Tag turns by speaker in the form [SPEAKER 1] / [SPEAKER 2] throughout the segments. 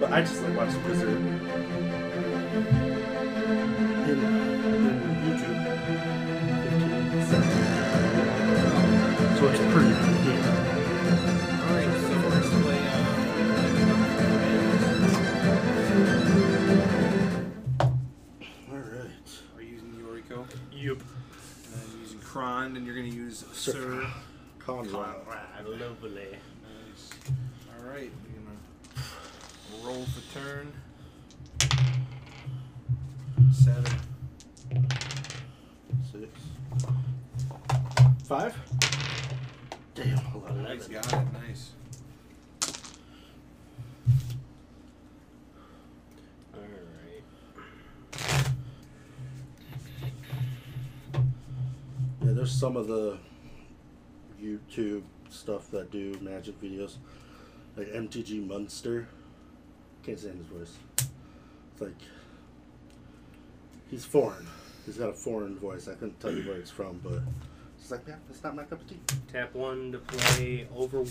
[SPEAKER 1] But I just like watch Wizard in, in YouTube. 15. So it's pretty good game.
[SPEAKER 2] Alright, so we're gonna play, uh,
[SPEAKER 1] Alright.
[SPEAKER 2] are you using Yoriko?
[SPEAKER 1] Yup.
[SPEAKER 2] And I'm using Cron, and you're gonna use
[SPEAKER 1] Sir.
[SPEAKER 2] Sir.
[SPEAKER 1] Conrad.
[SPEAKER 3] Lovely.
[SPEAKER 2] Nice. Alright, we're gonna roll for turn. Seven.
[SPEAKER 1] Six. Five? Damn.
[SPEAKER 2] Nice,
[SPEAKER 1] Eleven.
[SPEAKER 2] got it, nice.
[SPEAKER 3] Alright.
[SPEAKER 1] Yeah, there's some of the YouTube stuff that do magic videos. Like MTG Munster. Can't stand his voice. It's like he's foreign. He's got a foreign voice. I couldn't tell you where it's from, but it's like, yeah, that's not my cup of tea.
[SPEAKER 3] Tap one to play over,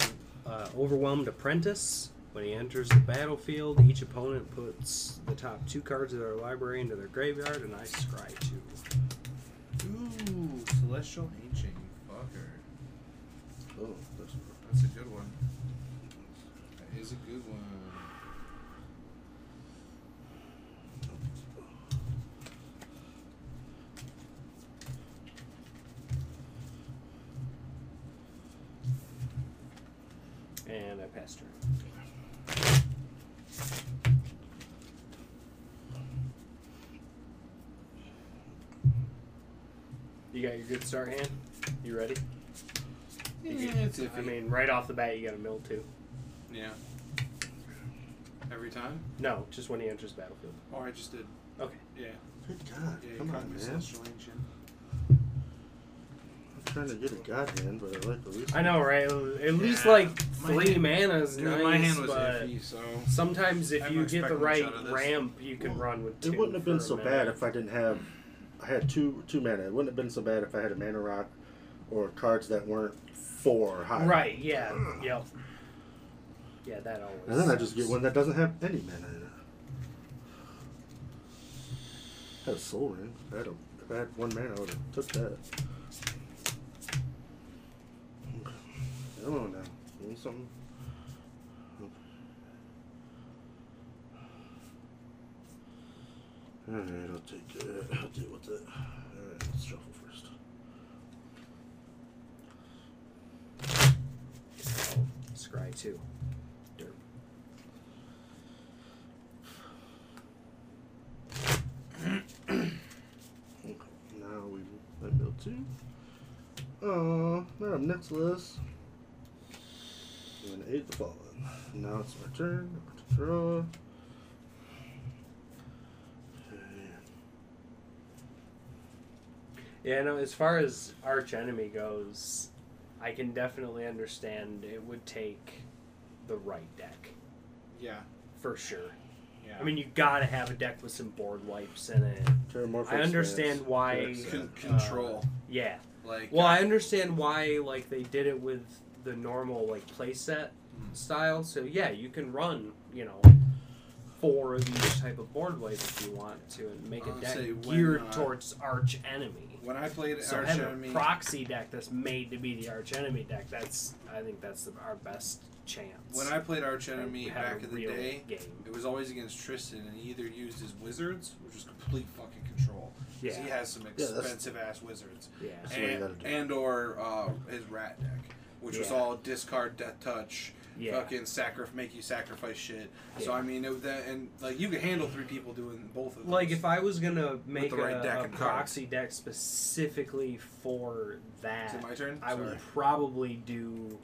[SPEAKER 3] uh, Overwhelmed Apprentice. When he enters the battlefield, each opponent puts the top two cards of their library into their graveyard, and I scry two.
[SPEAKER 2] Ooh, Celestial Ancient, you fucker.
[SPEAKER 1] Oh, that's
[SPEAKER 2] That's a good one. That is a good one.
[SPEAKER 3] And I passed her. You got your good start hand? You ready?
[SPEAKER 2] Yeah, it's
[SPEAKER 3] I
[SPEAKER 2] iffy.
[SPEAKER 3] mean, right off the bat, you got a mill two.
[SPEAKER 2] Yeah. Every time?
[SPEAKER 3] No, just when he enters the battlefield.
[SPEAKER 2] Oh, I just did.
[SPEAKER 3] Okay.
[SPEAKER 2] Yeah.
[SPEAKER 1] good God,
[SPEAKER 2] Yeah,
[SPEAKER 1] Ah, come
[SPEAKER 2] you
[SPEAKER 1] on,
[SPEAKER 2] me
[SPEAKER 1] man.
[SPEAKER 2] Celestial Ancient.
[SPEAKER 1] I'm trying to get a god hand, but I like the least.
[SPEAKER 3] I know, right? At least
[SPEAKER 2] Yeah.
[SPEAKER 3] like
[SPEAKER 2] My
[SPEAKER 3] three
[SPEAKER 2] hand-
[SPEAKER 3] mana is
[SPEAKER 2] Dude,
[SPEAKER 3] nice,
[SPEAKER 2] my hand was
[SPEAKER 3] but
[SPEAKER 2] iffy, so.
[SPEAKER 3] sometimes if
[SPEAKER 2] I'm
[SPEAKER 3] you
[SPEAKER 2] not
[SPEAKER 3] get the
[SPEAKER 2] expecting
[SPEAKER 3] right
[SPEAKER 2] much out of this.
[SPEAKER 3] ramp, you can
[SPEAKER 1] Well,
[SPEAKER 3] run with two.
[SPEAKER 1] It wouldn't have been
[SPEAKER 3] for a
[SPEAKER 1] so
[SPEAKER 3] minute.
[SPEAKER 1] bad if I didn't have. I had two two mana. It wouldn't have been so bad if I had a mana rock, or cards that weren't four or higher.
[SPEAKER 3] Right? Yeah. Yep. Yeah, that always.
[SPEAKER 1] And then I just
[SPEAKER 3] sucks.
[SPEAKER 1] get one that doesn't have any mana in it. I had a soul ring. If I had, a, if I had one mana, I would have took that. Come on now. You want something? Alright, I'll take it. I'll deal with it. Alright, let's shuffle first.
[SPEAKER 3] Scry two. Derp.
[SPEAKER 1] Okay, now we I build two. Oh, now I'm next list. And an eight the fallen. Now it's my turn. To draw. Okay.
[SPEAKER 3] Yeah, no. As far as arch enemy goes, I can definitely understand it would take the right deck
[SPEAKER 2] Yeah.
[SPEAKER 3] for sure.
[SPEAKER 2] Yeah.
[SPEAKER 3] I mean, you gotta have a deck with some board wipes in it.
[SPEAKER 1] Terramorphic
[SPEAKER 3] I understand
[SPEAKER 1] Stance.
[SPEAKER 3] why-
[SPEAKER 1] Correct, so-
[SPEAKER 2] Con- control.
[SPEAKER 3] Yeah.
[SPEAKER 2] like.
[SPEAKER 3] uh, Well, I understand why like they did it with the normal like playset
[SPEAKER 2] Mm.
[SPEAKER 3] style. So yeah, you can run you know four of each type of board wipe if you want to and make a
[SPEAKER 2] I'll
[SPEAKER 3] deck
[SPEAKER 2] say when,
[SPEAKER 3] geared
[SPEAKER 2] uh,
[SPEAKER 3] towards arch enemy.
[SPEAKER 2] When I played
[SPEAKER 3] So
[SPEAKER 2] Arch
[SPEAKER 3] have
[SPEAKER 2] Enemy.
[SPEAKER 3] a proxy deck that's made to be the arch enemy deck. That's I think that's the, our best chance.
[SPEAKER 2] When I played Arch
[SPEAKER 3] of
[SPEAKER 2] Enemy
[SPEAKER 3] having
[SPEAKER 2] back
[SPEAKER 3] a
[SPEAKER 2] in the
[SPEAKER 3] real
[SPEAKER 2] day,
[SPEAKER 3] game.
[SPEAKER 2] it was always against Tristan, and he either used his wizards, which was complete fucking control. 'cause
[SPEAKER 3] Yeah,
[SPEAKER 2] He has some
[SPEAKER 1] that's-
[SPEAKER 2] expensive ass wizards.
[SPEAKER 3] yeah,
[SPEAKER 1] That's what you gotta
[SPEAKER 2] And,
[SPEAKER 1] do.
[SPEAKER 2] and or uh, his rat deck, which was
[SPEAKER 3] Yeah.
[SPEAKER 2] all discard, death touch,
[SPEAKER 3] yeah.
[SPEAKER 2] fucking sacrifice, make you sacrifice shit. So
[SPEAKER 3] Yeah.
[SPEAKER 2] I mean, it, was that, and like you could handle three people doing both of those.
[SPEAKER 3] Like if I was gonna make
[SPEAKER 2] the right
[SPEAKER 3] a,
[SPEAKER 2] deck
[SPEAKER 3] a
[SPEAKER 2] and cards.
[SPEAKER 3] proxy deck specifically for that,
[SPEAKER 2] Is it my turn?
[SPEAKER 3] I
[SPEAKER 2] Sorry.
[SPEAKER 3] would probably do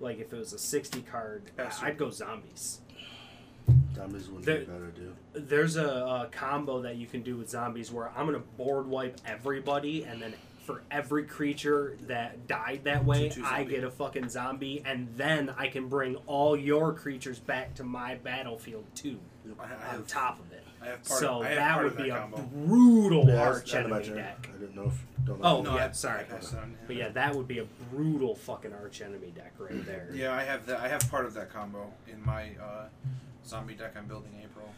[SPEAKER 3] like if it was a sixty card,
[SPEAKER 2] Pass
[SPEAKER 3] I'd go zombies.
[SPEAKER 1] Zombies wouldn't
[SPEAKER 3] There-
[SPEAKER 1] be better, dude.
[SPEAKER 3] There's a, a combo that you can do with zombies where I'm gonna board wipe everybody, and then for every creature that died that way,
[SPEAKER 2] Two- two
[SPEAKER 3] I
[SPEAKER 2] zombie.
[SPEAKER 3] get a fucking zombie, and then I can bring all your creatures back to my battlefield too.
[SPEAKER 2] I, I
[SPEAKER 3] On
[SPEAKER 2] have,
[SPEAKER 3] top of it,
[SPEAKER 2] I have part
[SPEAKER 3] so
[SPEAKER 2] of, I have
[SPEAKER 3] that
[SPEAKER 2] part
[SPEAKER 3] would
[SPEAKER 2] of
[SPEAKER 3] be a
[SPEAKER 2] combo.
[SPEAKER 3] brutal
[SPEAKER 1] Yeah,
[SPEAKER 3] arch
[SPEAKER 1] it's not my
[SPEAKER 3] enemy
[SPEAKER 1] turn.
[SPEAKER 3] deck.
[SPEAKER 1] I didn't know if. Don't know
[SPEAKER 3] Oh,
[SPEAKER 1] if-
[SPEAKER 2] no,
[SPEAKER 3] yeah,
[SPEAKER 2] I,
[SPEAKER 3] sorry.
[SPEAKER 2] I passed it on.
[SPEAKER 3] But yeah, that would be a brutal fucking arch enemy deck right there.
[SPEAKER 2] Yeah, I have that. I have part of that combo in my uh, Zombie deck I'm building April.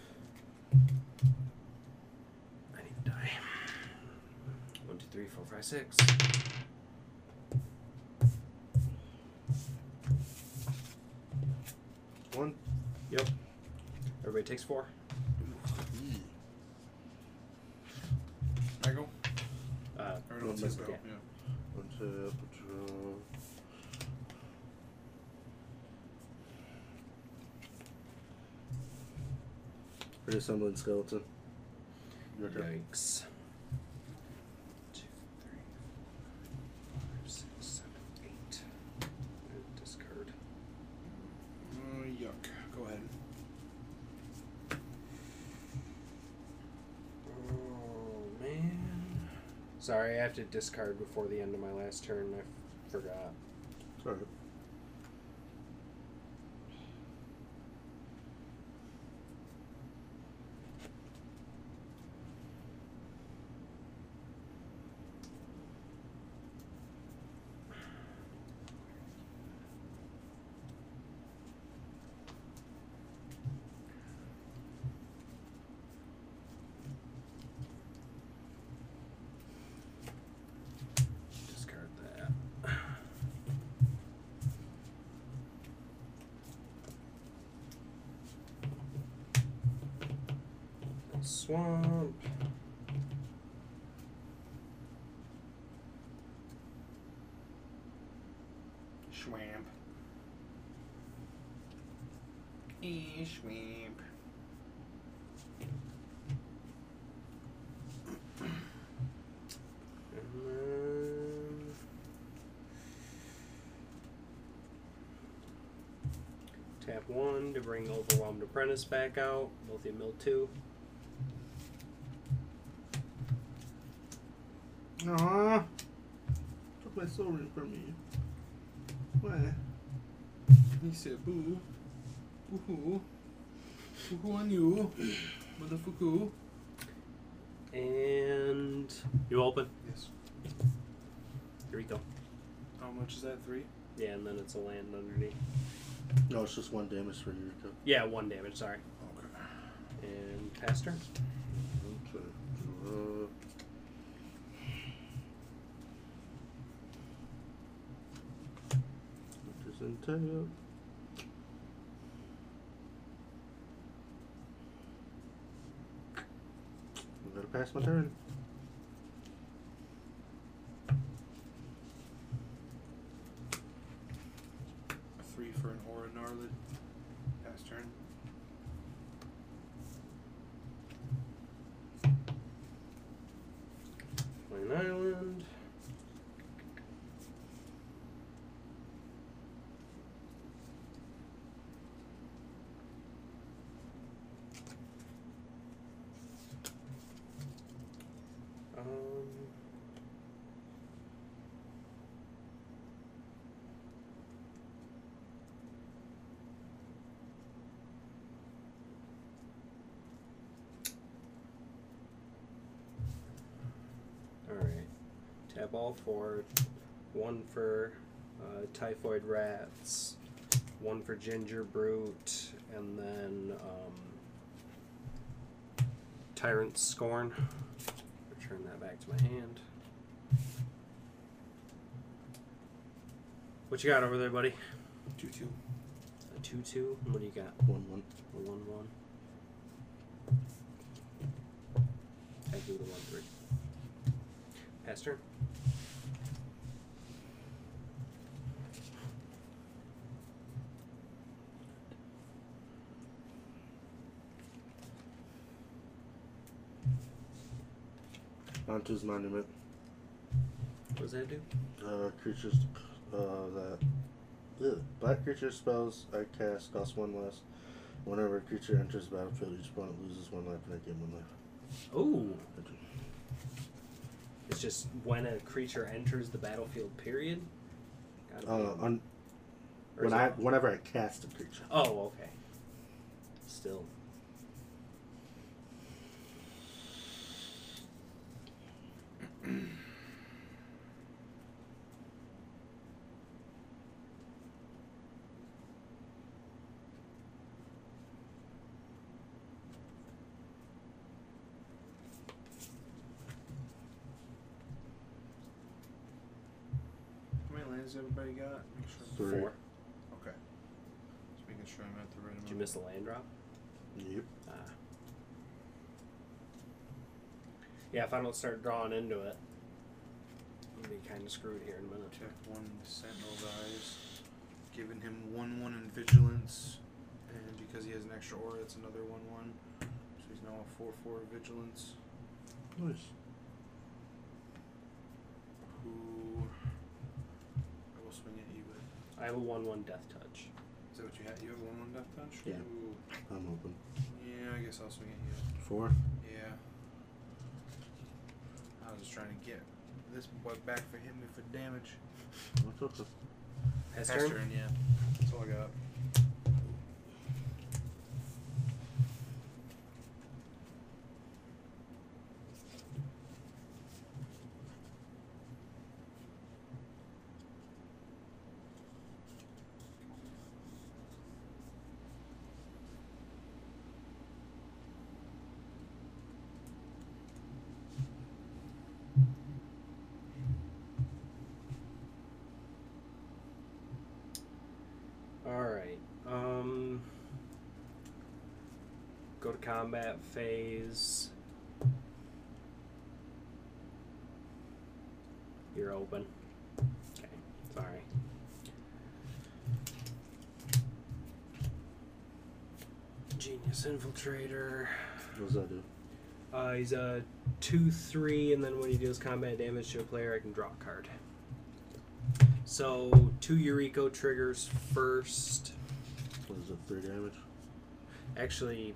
[SPEAKER 3] I need to die. One, two, three, four, five, six.
[SPEAKER 1] One.
[SPEAKER 3] Yep. Everybody takes four.
[SPEAKER 2] Michael?
[SPEAKER 3] Uh,
[SPEAKER 2] Or no,
[SPEAKER 1] Yeah,
[SPEAKER 2] it's his go.
[SPEAKER 1] Michael.
[SPEAKER 2] Yeah.
[SPEAKER 1] One tap, draw. Reassembling skeleton. Your turn.
[SPEAKER 3] yikes. Two, three, five, six, seven, eight. And Discard.
[SPEAKER 2] Uh, yuck. Go ahead.
[SPEAKER 3] Oh man. Sorry, I have to discard before the end of my last turn. I f- forgot.
[SPEAKER 1] Sorry.
[SPEAKER 3] Discard that. Swamp.
[SPEAKER 2] Schwamp.
[SPEAKER 3] E,
[SPEAKER 2] Eh, schwamp.
[SPEAKER 3] And then... Tap one to bring Overwhelmed Apprentice back out. Lothian Mill two.
[SPEAKER 1] Aww. Took my soul ring from me. Why?
[SPEAKER 2] He said boo. Boo-hoo. Boo-hoo on you. Motherfucker.
[SPEAKER 3] And you open.
[SPEAKER 2] Yes.
[SPEAKER 3] Here we go.
[SPEAKER 2] How much is that? Three?
[SPEAKER 3] Yeah, and then it's a land underneath.
[SPEAKER 1] No, it's just one damage for Eureka.
[SPEAKER 3] Yeah, one damage, sorry.
[SPEAKER 2] Okay.
[SPEAKER 3] And pass turn.
[SPEAKER 1] Okay. Draw. What does entail? I'm gonna pass my turn.
[SPEAKER 2] A three for an aura gnarled. Pass turn.
[SPEAKER 3] Plain Island. Um, Alright. Tap all four. One for uh, typhoid rats, one for ginger brute, and then um, tyrant scorn. Return that back to my hand. What you got over there, buddy?
[SPEAKER 2] Two two.
[SPEAKER 3] A 2 2. What do you got?
[SPEAKER 1] One one.
[SPEAKER 3] A 1 1. I do the 1 3. Pass turn.
[SPEAKER 1] Onto's monument.
[SPEAKER 3] What does that do?
[SPEAKER 1] Uh, creatures uh, that ugh, black creature spells I cast cost one less. Whenever a creature enters the battlefield, each opponent loses one life and I gain one life.
[SPEAKER 3] Oh, it's just when a creature enters the battlefield. Period. Gotta be-
[SPEAKER 1] Uh, on,
[SPEAKER 3] or is
[SPEAKER 1] when I
[SPEAKER 3] it-
[SPEAKER 1] whenever I cast a creature,
[SPEAKER 3] oh okay. Still.
[SPEAKER 2] has everybody got? Make sure.
[SPEAKER 1] Three.
[SPEAKER 3] Four.
[SPEAKER 2] Okay. Just making sure I'm at the right
[SPEAKER 3] Did
[SPEAKER 2] amount.
[SPEAKER 3] you miss the land drop?
[SPEAKER 1] Yep.
[SPEAKER 3] Ah. Yeah, if I don't start drawing into it, I'll be kind of screwed here in a minute.
[SPEAKER 2] Check one sentinel's eyes, giving him one one in vigilance, and because he has an extra aura, that's another one one. So he's now a four four vigilance.
[SPEAKER 1] Nice.
[SPEAKER 2] Who I will swing at you with.
[SPEAKER 3] I have a 1 1 death touch.
[SPEAKER 2] Is that what you had? You have one one death touch.
[SPEAKER 1] Yeah.
[SPEAKER 2] Ooh.
[SPEAKER 1] I'm open.
[SPEAKER 2] Yeah, I guess I'll swing at you.
[SPEAKER 1] Four.
[SPEAKER 2] Yeah. I was just trying to get this boy back for him for damage.
[SPEAKER 1] That's okay.
[SPEAKER 3] His
[SPEAKER 2] Pass
[SPEAKER 3] turn?
[SPEAKER 2] turn, yeah. That's all I got.
[SPEAKER 3] Alright. Um. Go to combat phase. You're open. Okay, sorry. Genius infiltrator.
[SPEAKER 1] What does that do?
[SPEAKER 3] Uh, he's a 2 3, and then when he deals combat damage to a player, I can draw a card. So, two Eureka triggers first.
[SPEAKER 1] What is it? Three damage.
[SPEAKER 3] Actually,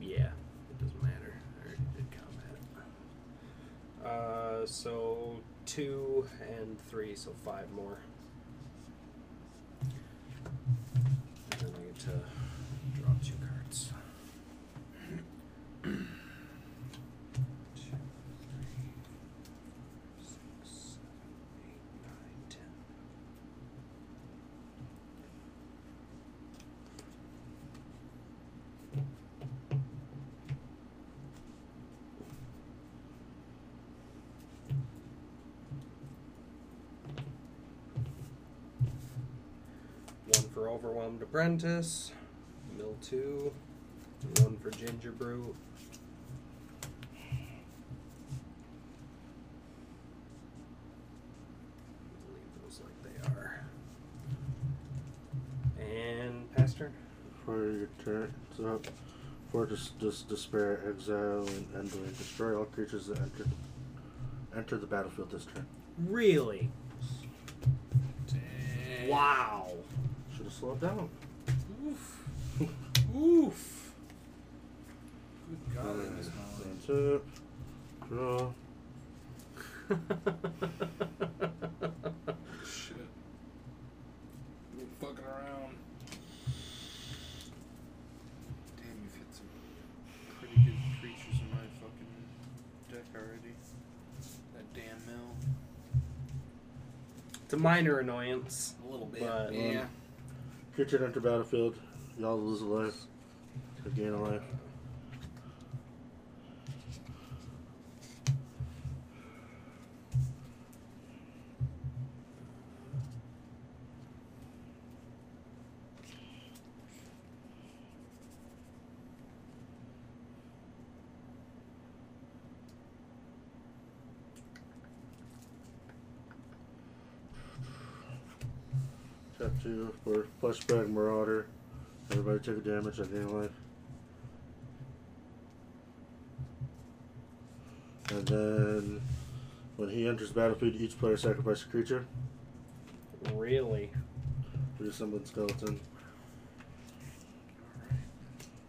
[SPEAKER 3] yeah, it doesn't matter. I already did combat. Uh, so, two and three, so five more. And then I get to draw two cards. Two, three, six, seven, eight, nine, ten. One for Overwhelmed Apprentice, Mill 2, and one for Ginger Brew. Leave those like they are. And Pastor?
[SPEAKER 1] For your turn, it's up. For dis- dis- despair, exile, and endling. Destroy all creatures that enter enter the battlefield this turn.
[SPEAKER 3] Really?
[SPEAKER 2] Dang.
[SPEAKER 3] Wow.
[SPEAKER 1] Should have slowed down.
[SPEAKER 2] Oof. Oof. Good God, I miss my life.
[SPEAKER 1] That's it. Draw.
[SPEAKER 2] Shit. You were fucking around. Damn, you've hit some pretty good creatures in my fucking deck already. That damn mill.
[SPEAKER 3] it's a minor annoyance.
[SPEAKER 2] A little bit.
[SPEAKER 3] But, um,
[SPEAKER 2] yeah.
[SPEAKER 1] Creature that enter battlefield. Y'all lose a life. Or gain a life. Tap two for flashback marauder. Everybody take a damage. I gain a life. And then, when he enters battlefield, each player sacrifices a creature.
[SPEAKER 3] Really?
[SPEAKER 1] Reassembled skeleton.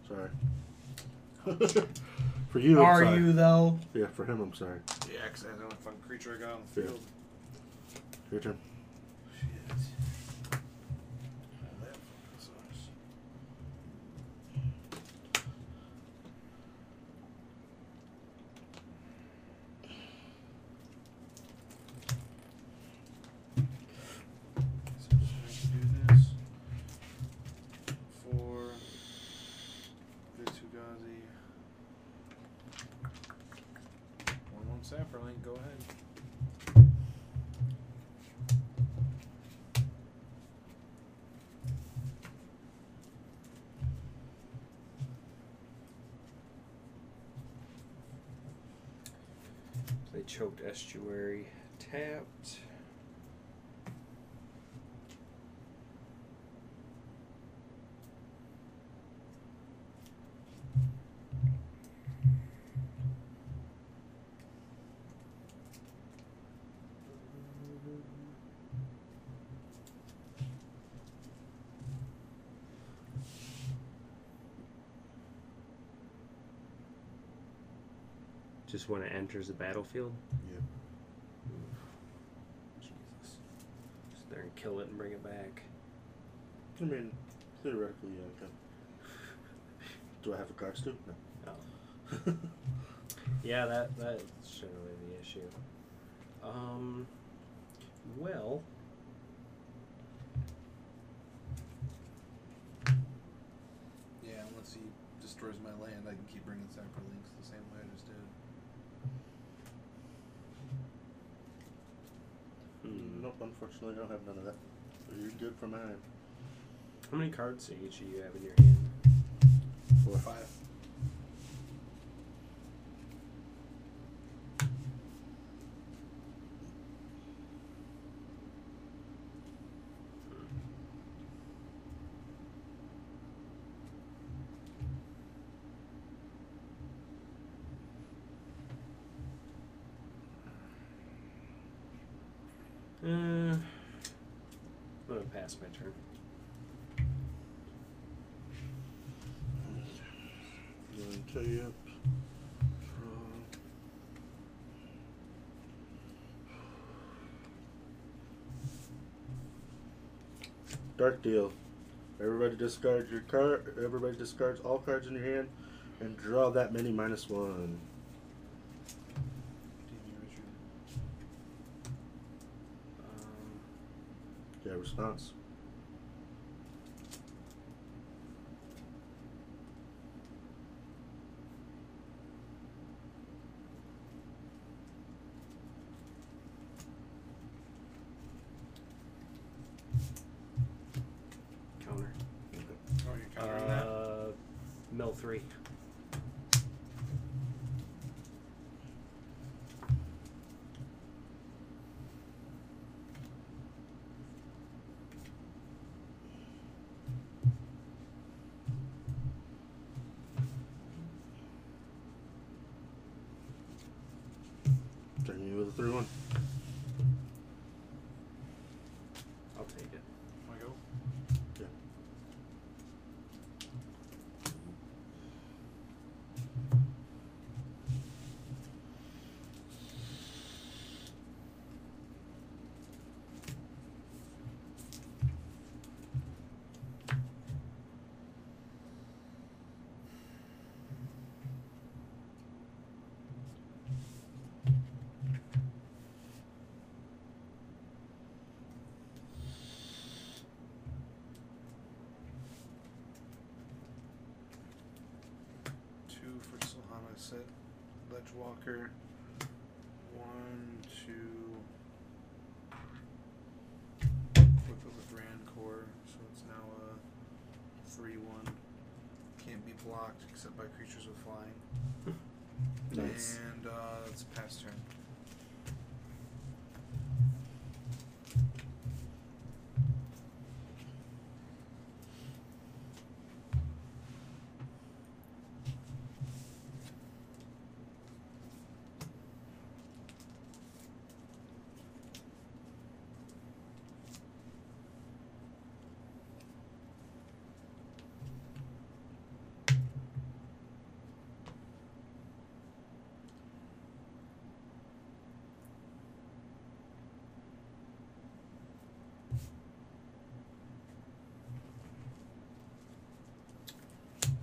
[SPEAKER 1] Sorry. for you, I'm
[SPEAKER 3] Are
[SPEAKER 1] sorry.
[SPEAKER 3] you, though?
[SPEAKER 1] Yeah, for him, I'm sorry.
[SPEAKER 2] Yeah, because that's the only fucking creature I got on the
[SPEAKER 1] Yeah.
[SPEAKER 2] field.
[SPEAKER 1] Your turn.
[SPEAKER 2] Shit. Well, that fucking sucks. So I'm just going to do this for Vitsugazi. One one sapperling, go ahead.
[SPEAKER 3] They choked estuary tapped. Just when it enters the battlefield,
[SPEAKER 1] Yep.
[SPEAKER 3] Jesus, sit there and kill it and bring it back.
[SPEAKER 1] I mean, theoretically, yeah, I can. Do I have a cards too? No.
[SPEAKER 3] Oh.
[SPEAKER 1] Hmm.
[SPEAKER 3] Yeah, that that's generally the issue. Um, well,
[SPEAKER 2] Yeah, unless he destroys my land, I can keep bringing cyberlinks the same way I just did.
[SPEAKER 3] hmm,
[SPEAKER 1] nope, unfortunately, I don't have none of that. You're good for mine.
[SPEAKER 3] how many cards do each of you have in your hand?
[SPEAKER 1] Four.
[SPEAKER 2] Five.
[SPEAKER 3] Uh, I'm gonna pass my turn.
[SPEAKER 1] Then tape. Draw. Dark deal. Everybody discard your card. Everybody discards all cards in your hand, and draw that many minus one.
[SPEAKER 2] Damn you, Richard.
[SPEAKER 3] Um,
[SPEAKER 1] Yeah, response.
[SPEAKER 3] counter.
[SPEAKER 1] Okay.
[SPEAKER 2] Oh, you're countering that?
[SPEAKER 3] Uh, mill three.
[SPEAKER 1] Turn you with a three one.
[SPEAKER 3] I'll take it.
[SPEAKER 2] I go?
[SPEAKER 1] Yeah.
[SPEAKER 2] Two for Solana set. Ledge Walker. One, two. Flip it with Rancor, so it's now a 3 1. Can't be blocked except by creatures with flying.
[SPEAKER 1] Nice.
[SPEAKER 2] And uh, it's a pass turn.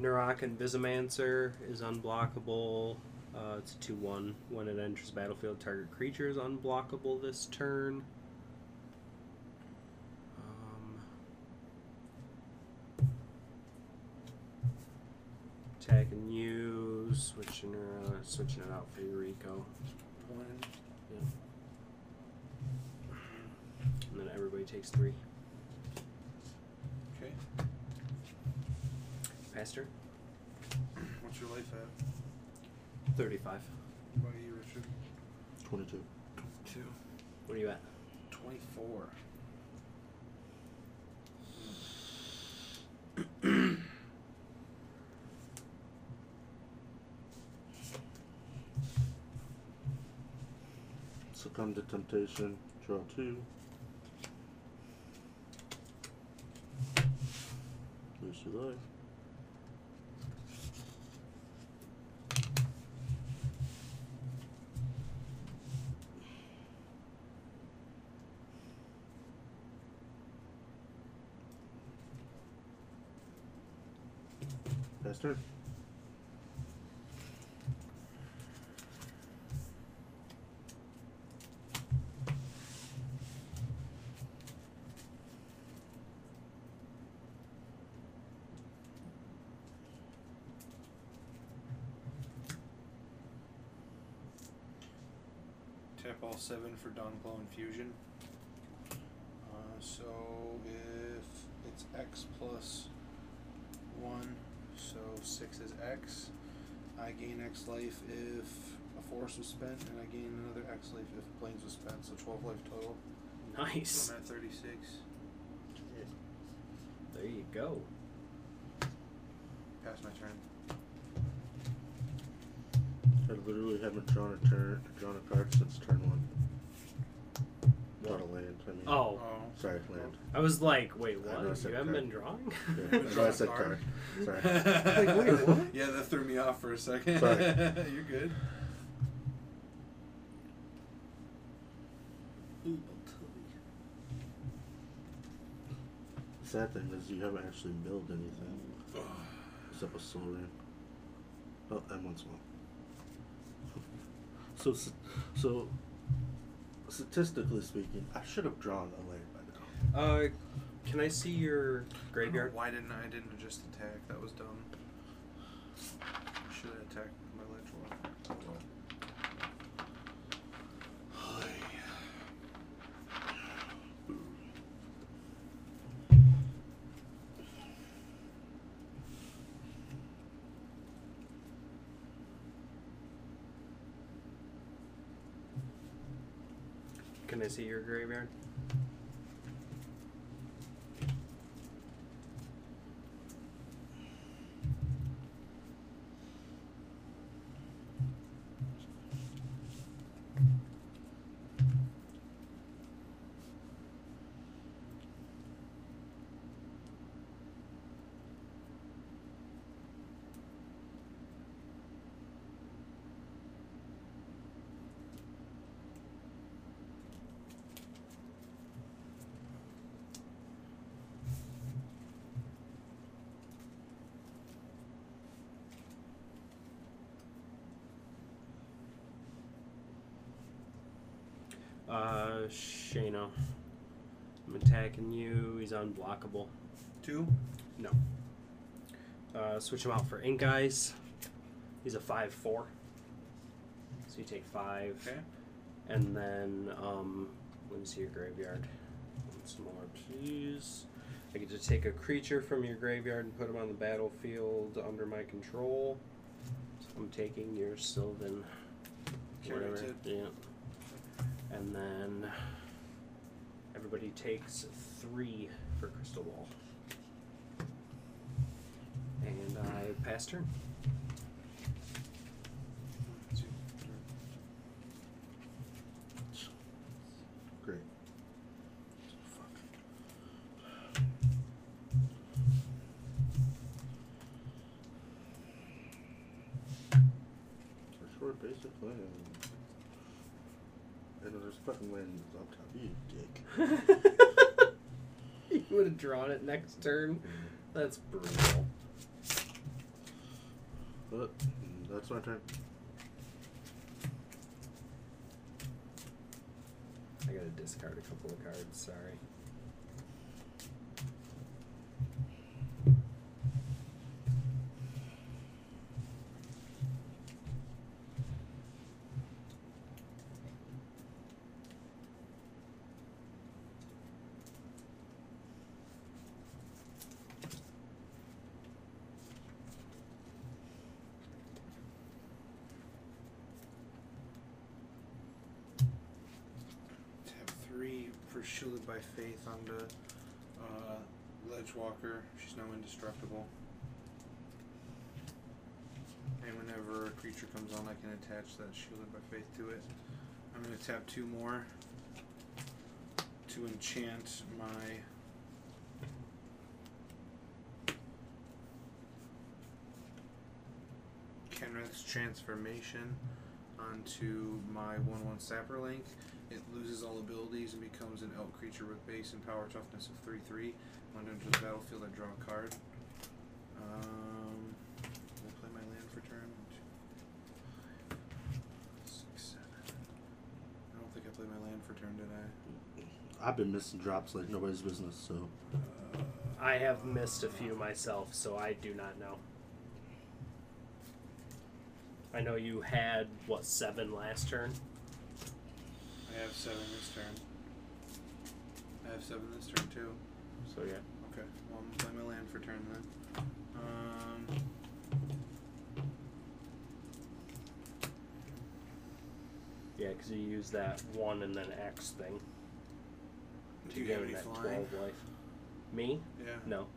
[SPEAKER 3] Narok and Visimancer is unblockable. Uh, it's a 2 1. When it enters battlefield, target creature is unblockable this turn. Um, attack and you, switching, uh, switching it out for Eureka.
[SPEAKER 2] One.
[SPEAKER 3] And then everybody takes three.
[SPEAKER 2] Okay.
[SPEAKER 3] Pastor?
[SPEAKER 2] What's your life at?
[SPEAKER 3] 35.
[SPEAKER 2] What about you, Richard?
[SPEAKER 1] 22.
[SPEAKER 2] Two.
[SPEAKER 3] What are you at?
[SPEAKER 2] 24. Hmm.
[SPEAKER 1] Succumb to temptation. Draw two. Lose your life. Pass turn.
[SPEAKER 2] Tap all seven for Dawnglow Infusion. Uh, so if it's X plus one, so six is X. I gain X life if a force was spent, and I gain another X life if planes was spent. So twelve life total.
[SPEAKER 3] Nice.
[SPEAKER 2] So I'm at thirty-six.
[SPEAKER 3] There you go.
[SPEAKER 2] Pass my turn.
[SPEAKER 1] I literally haven't drawn a turn, drawn a card since turn one. Not a land. I mean,
[SPEAKER 3] Oh,
[SPEAKER 1] sorry, land.
[SPEAKER 3] I was like, wait,
[SPEAKER 1] I know I
[SPEAKER 3] what?
[SPEAKER 1] said
[SPEAKER 3] You haven't
[SPEAKER 1] card.
[SPEAKER 3] been drawing?
[SPEAKER 1] Yeah, I know I said
[SPEAKER 2] Drawn
[SPEAKER 1] card. Sorry.
[SPEAKER 3] Like, wait, what?
[SPEAKER 2] Yeah, that threw me off for a second.
[SPEAKER 1] Sorry.
[SPEAKER 2] You're good.
[SPEAKER 1] Sad thing is you haven't actually built anything except a soul ring. Oh, and one small. So, s- so statistically speaking, I should have drawn a land by now.
[SPEAKER 3] Uh, can I see your
[SPEAKER 2] I don't know
[SPEAKER 3] graveyard?
[SPEAKER 2] Why didn't I I didn't just attack? That was dumb. I should have attacked my ledge wall.
[SPEAKER 3] Can I see your graveyard? Uh, Shano. I'm attacking you. He's unblockable.
[SPEAKER 2] Two?
[SPEAKER 3] No. Uh, switch him out for Ink Eyes. He's a 5 4. So you take 5.
[SPEAKER 2] Okay.
[SPEAKER 3] And then, um, let me see your graveyard. Once more, please. I get to take a creature from your graveyard and put him on the battlefield under my control. So I'm taking your Sylvan. Whatever.
[SPEAKER 2] Caryatid.
[SPEAKER 3] Yeah. And then everybody takes three for Crystal Ball. And I pass turn.
[SPEAKER 2] Two.
[SPEAKER 1] Great. Short basic land. And there's fucking land up top. You dick.
[SPEAKER 3] you would have drawn it next turn. That's brutal.
[SPEAKER 1] But that's my turn.
[SPEAKER 3] I gotta discard a couple of cards, sorry.
[SPEAKER 2] she lived by faith on the uh, ledge walker. She's now indestructible. And whenever a creature comes on, I can attach that shielded by faith to it. I'm going to tap two more to enchant my. Kenrith's transformation onto my 1 1 Sapper Link. It loses all abilities and becomes an elk creature with base and power toughness of 3 3. When into the battlefield, I draw a card. Um, I'll play my land for turn. Two, six, seven. I don't think I played my land for turn, did I?
[SPEAKER 1] I've been missing drops like nobody's business, so
[SPEAKER 3] I have missed a few myself, so I do not know. I know you had what seven last turn.
[SPEAKER 2] I have seven this turn. I have seven this turn too.
[SPEAKER 3] So yeah.
[SPEAKER 2] Okay. Well, I'm gonna play my land for turn then. Um.
[SPEAKER 3] Yeah, because you use that one and then X thing
[SPEAKER 2] Do you
[SPEAKER 3] get
[SPEAKER 2] have any
[SPEAKER 3] that
[SPEAKER 2] flying?
[SPEAKER 3] twelve life. Me?
[SPEAKER 2] Yeah.
[SPEAKER 3] No.
[SPEAKER 2] Well,